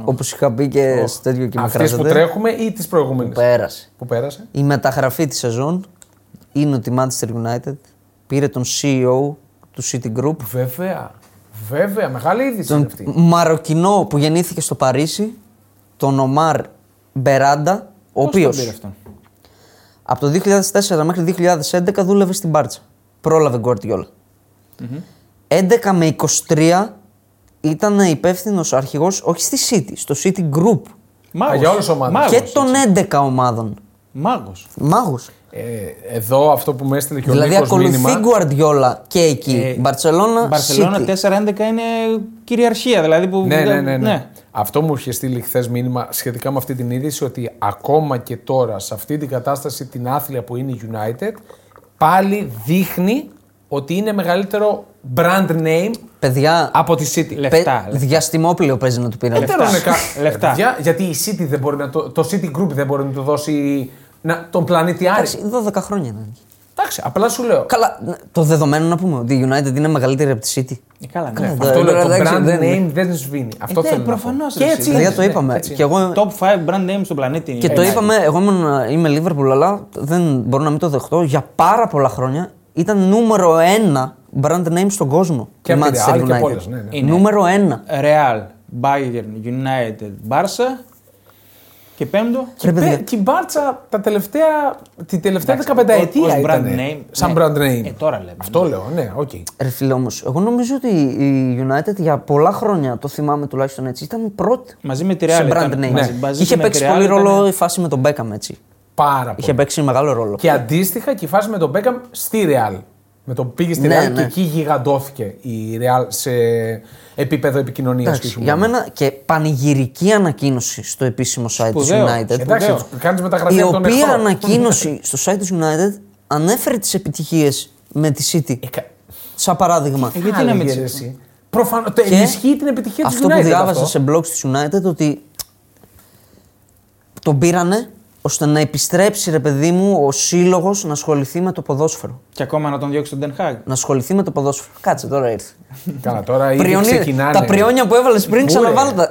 C: Όπως είχα πει και σε τέτοιο και με
A: Αυτές που
C: κράζατε,
A: τρέχουμε ή τις προηγούμενες.
C: Πέρασε.
A: Που πέρασε.
C: Η μεταγραφή της σεζόν είναι ότι η Manchester United πήρε τον CEO του City Group.
A: Βέβαια. Βέβαια. Μεγάλη είδηση είναι αυτή.
C: Μαροκινό που γεννήθηκε στο Παρίσι, τον Ομάρ Μπεράντα, ο
B: Πώς τον
C: οποίος
B: πήρε αυτόν?
C: από το 2004 μέχρι 2011 δούλευε στην Μπάρτσα. Πρόλαβε Γκουαρτιόλα. 11 με 23 ήταν υπεύθυνος αρχηγός, όχι στη City, στο City Group.
B: Μάγος.
A: Α, για όλες τις ομάδες.
B: Μάγος,
C: και των 11 ομάδων.
B: Μάγος.
C: Μάγος.
A: Ε, εδώ αυτό που με έστειλε και ο
C: Δηλαδή
A: Νίκος
C: ακολουθεί
A: μήνυμα. Ε,
C: Γκουαρδιόλα και εκεί. Μπαρσελόνα,
B: Μπαρσελόνα
C: City.
B: 4-11 είναι κυριαρχία. Δηλαδή που...
A: Ναι, ναι, ναι, ναι. Αυτό μου είχε στείλει χθες μήνυμα σχετικά με αυτή την είδηση ότι ακόμα και τώρα σε αυτή την κατάσταση την άθλια που είναι η United πάλι δείχνει ότι είναι μεγαλύτερο brand name
C: Παιδιά,
A: από τη City.
B: Λε-
C: πε-
B: λεφτά, λεφτά.
C: διαστημόπλαιο παίζει να του πήραν.
A: Δεν θέλω να κα-
B: Λεφτά.
A: Ε, παιδιά, γιατί η City δεν μπορεί να το, το City Group δεν μπορεί να του δώσει να, τον πλανήτη Άρη.
C: Εντάξει, 12 χρόνια είναι.
A: Εντάξει, απλά σου λέω.
C: Καλά, ναι, το δεδομένο να πούμε ότι η United είναι μεγαλύτερη από τη City.
B: Ε, Καλά,
C: Καλά,
B: ναι.
C: εδώ.
A: Αυτό λέω, το
C: εντάξει,
A: brand
C: δεν είναι.
A: name δεν σβήνει. Αυτό
B: ναι,
A: θέλω να πω.
B: προφανώς,
A: Και
B: ρε,
A: έτσι
B: εσύ.
A: είναι,
C: Παιδιά, το
A: ναι,
C: είπαμε.
A: έτσι
C: και
A: είναι.
C: εγώ,
B: Top 5 brand name στον πλανήτη.
C: και το είπαμε, εγώ ήμουν, είμαι Liverpool, αλλά δεν μπορώ να μην το δεχτώ. Για πάρα πολλά χρόνια ήταν νούμερο ένα brand name στον κόσμο.
A: Και
C: η
A: από τη
C: Manchester
A: Real και από
C: United.
A: όλες, ναι, ναι.
B: Είναι.
C: Νούμερο ένα.
B: Real, Bayern, United, Barca και πέμπτο.
C: Ρε, παιδιά.
A: Και, και η Μπάρτσα τα τελευταία, την τελευταία
B: Εντάξει,
A: 15
B: ως-
A: ετία
B: ως
A: ήταν.
B: brand name,
A: Σαν
B: ναι.
A: brand name.
B: Ε, τώρα λέμε,
A: Αυτό
B: ναι.
A: λέω, ναι, οκ.
C: Ρε φίλε όμως, εγώ νομίζω ότι η United για πολλά χρόνια, το θυμάμαι τουλάχιστον έτσι, ήταν πρώτη.
B: Μαζί με τη Real.
C: σε brand
B: ήταν-
C: name. Ναι.
B: μαζί- μαζί
C: Είχε
B: με
C: παίξει
B: τη Real
C: πολύ
B: ήταν-
C: ρόλο η φάση με τον Beckham έτσι.
A: Πάρα
C: Είχε
A: πολύ.
C: παίξει μεγάλο ρόλο.
A: Και αντίστοιχα και η φάση με τον Μπέκαμ στη Ρεάλ. Με τον πήγε στη
C: Ναι,
A: Ρεάλ
C: ναι.
A: και εκεί γιγαντώθηκε η Ρεάλ σε επίπεδο επικοινωνίας
C: Εντάξει, για μένα και πανηγυρική ανακοίνωση στο επίσημο site της
B: Σπουδαίο.
C: United.
A: Εντάξει,
B: σπουδαίο.
A: κάνεις
C: Η
A: μεταγραφή από τον
C: οποία
A: εχθρό.
C: ανακοίνωση στο site της United ανέφερε τις επιτυχίες με τη City.
A: Ε,
C: Σαν παράδειγμα.
B: Ε, γιατί να μην
A: Άλγερ,
B: τις-
A: εσύ. Προφανώς. το Ενισχύει την επιτυχία της
C: αυτό
A: United.
C: που διάβαζα
A: αυτό.
C: σε blogs της United ότι τον πήρανε ώστε να επιστρέψει ρε παιδί μου ο σύλλογος να ασχοληθεί με το ποδόσφαιρο.
B: Και ακόμα να τον διώξει τον Ten Hag.
C: Να ασχοληθεί με το ποδόσφαιρο. Κάτσε τώρα ήρθε.
A: Καλά, τώρα Ε, ήδη
C: Πριονί-
A: ξεκινάνε.
C: Τα πριόνια που έβαλες πριν
A: Πού ρε.
C: ξαναβάλ τα.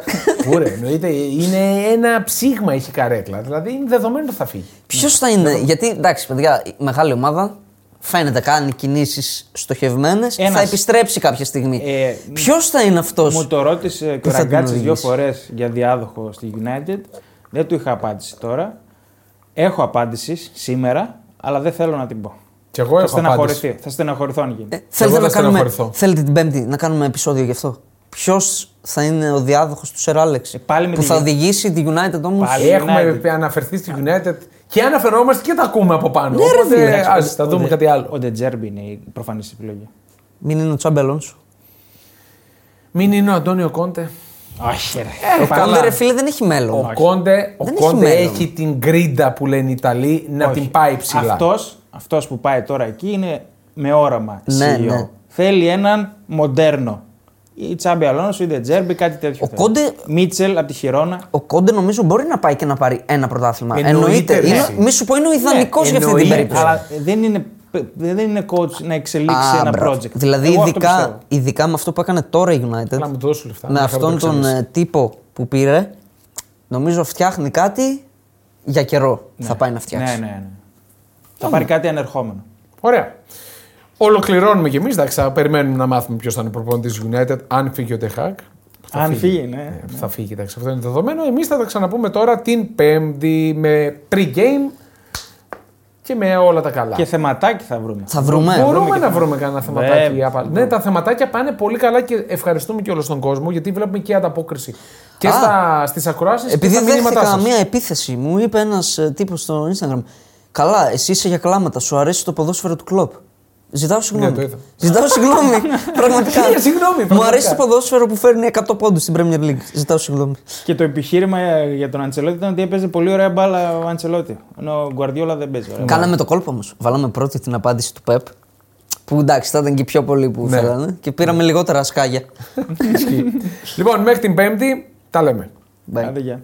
A: Πού ρε, εννοείται. Είναι ένα ψήγμα έχει η καρέκλα. Δηλαδή είναι δεδομένο ότι θα φύγει.
C: Ποιος θα είναι, γιατί εντάξει, παιδιά, η μεγάλη ομάδα φαίνεται κάνει κινήσεις στοχευμένες.
B: Ένας.
C: Θα επιστρέψει κάποια στιγμή.
B: Ε,
C: Ποιος θα είναι αυτός.
B: Μου το ρώτησε και
C: Πού
B: ο
C: θα την
B: Ραγκάτσι δύο
C: οδηγήσει?
B: φορές για διάδοχο στη United. Δεν του είχα απάντηση τώρα. Έχω απάντηση σήμερα, αλλά δεν θέλω να την πω.
A: Κι εγώ
B: θα
A: έχω
B: στεναχωρηθεί. Θα στεναχωρηθώ αν γίνει.
C: Ε, Θέλετε,
A: Εγώ
C: να
A: θα
C: κάνουμε,
A: στεναχωρηθώ.
C: θέλετε την Πέμπτη να κάνουμε επεισόδιο γι' αυτό. Ποιος θα είναι ο διάδοχος του Σερ Άλεξ
B: Ε, πάλι με
C: που
B: τη
C: θα
B: United.
C: οδηγήσει τη United όμως.
B: Πάλι.
A: Ε, Έχουμε
B: United.
A: αναφερθεί στη United και αναφερόμαστε και τα ακούμε από πάνω.
C: Ναι, ρε, φίλε,
A: Οπότε
C: εντάξει,
A: ας, θα δούμε
B: Ο
A: κάτι
B: Ντε-
A: άλλο.
B: Ο Ντετζέρμπι είναι η προφανής επιλογή.
C: Μην είναι ο Τσάμπελόν σου.
A: Μην είναι ο Αντώνιο Κόντε.
B: Όχι, ρε.
A: Ε,
C: Ο
A: καλά.
C: Κόντε, ρε φίλε, δεν έχει μέλλον.
A: Ο Κόντε, ο
C: Δεν έχει
A: Κόντε
C: μέλλον.
A: έχει την γκρίντα που λένε οι Ιταλοί να την πάει ψηλά.
B: Αυτός, αυτός που πάει τώρα εκεί είναι με όραμα
C: Ναι,
B: CEO.
C: ναι.
B: Θέλει έναν μοντέρνο. Ή Τσάμπι Αλόνσο ή Ντετζέρμπι, κάτι τέτοιο.
C: Ο Κόντε-
B: Μίτσελ από τη Χιρόνα.
C: Ο Κόντε νομίζω μπορεί να πάει και να πάρει ένα πρωτάθλημα.
A: Εννοείται,
C: Εννοείται.
A: ρε.
C: Είναι- Μη σου πω είναι ο ιδανικός για αυτή την
A: εννοείται.
C: περίπτωση.
B: Ναι, Αλλά δεν είναι, δεν είναι coach να εξελίξει
C: Α,
B: ένα
C: μπράβο.
B: project.
C: Δηλαδή,
B: Εγώ αυτό πιστεύω.
C: ειδικά, ειδικά με αυτό που έκανε τώρα η United,
A: Να μου δώσουν λεφτά.
C: με
A: να
C: αυτόν
A: χαρώ το
C: τον
A: ξέρεις.
C: ε, τύπο που πήρε, νομίζω φτιάχνει κάτι για καιρό θα πάει να
B: Ναι,
C: φτιάξει.
B: ναι, ναι. Θα πάρει κάτι ανερχόμενο.
A: Ωραία. Ολοκληρώνουμε κι εμείς. Θα περιμένουμε να μάθουμε ποιος θα είναι προπονητής της United, αν φύγει ο Τεχάκ. Θα
B: Αν φύγει, ναι.
A: Ε, Θα φύγει, εντάξει, αυτό είναι δεδομένο. Εμείς θα τα ξαναπούμε τώρα την Πέμπτη με pre-game και με όλα τα καλά.
B: Και θεματάκι θα βρούμε.
C: Θα βρούμε.
A: Μπορούμε
B: και
A: να
B: θεματάκια.
A: βρούμε κανένα
B: Βέβαια,
A: θεματάκι. απα-
B: θα
A: Ναι, τα θεματάκια πάνε πολύ καλά και ευχαριστούμε και όλο τον κόσμο γιατί βλέπουμε και ανταπόκριση και
C: Α,
A: στα, στις ακροάσεις
C: Επειδή
A: και στα μηνύματά
C: δέχτηκα
A: σας.
C: μία επίθεση, μου είπε ένας τύπος στο Instagram. Καλά, εσύ είσαι για κλάματα, σου αρέσει το ποδόσφαιρο του κλοπ. Ζητάω συγγνώμη.
A: Ναι, το είδα.
C: Ζητάω συγγνώμη. πραγματικά.
A: Χίλια συγγνώμη,
C: Μου
A: πραγματικά.
C: αρέσει το ποδόσφαιρο που φέρνει 100 πόντους στην Premier League. Ζητάω συγγνώμη.
B: Και το επιχείρημα ε, για τον Αντσελότη ήταν ότι έπαιζε πολύ ωραία μπάλα ο Αντσελότη. Ενώ ο Γκουαρδιόλα δεν παίζει.
A: Ε,
B: Ωραία.
C: Κάναμε το κόλπο όμως. Βάλαμε πρώτη την απάντηση του ΠΕΠ. Που εντάξει, θα ήταν και οι πιο πολλοί που
A: Ναι.
C: θέλανε. Και πήραμε λιγότερα σκάγια.
A: λοιπόν, μέχρι την Πέμπτη τα λέμε.
C: Bye.
B: Άντε, γεια.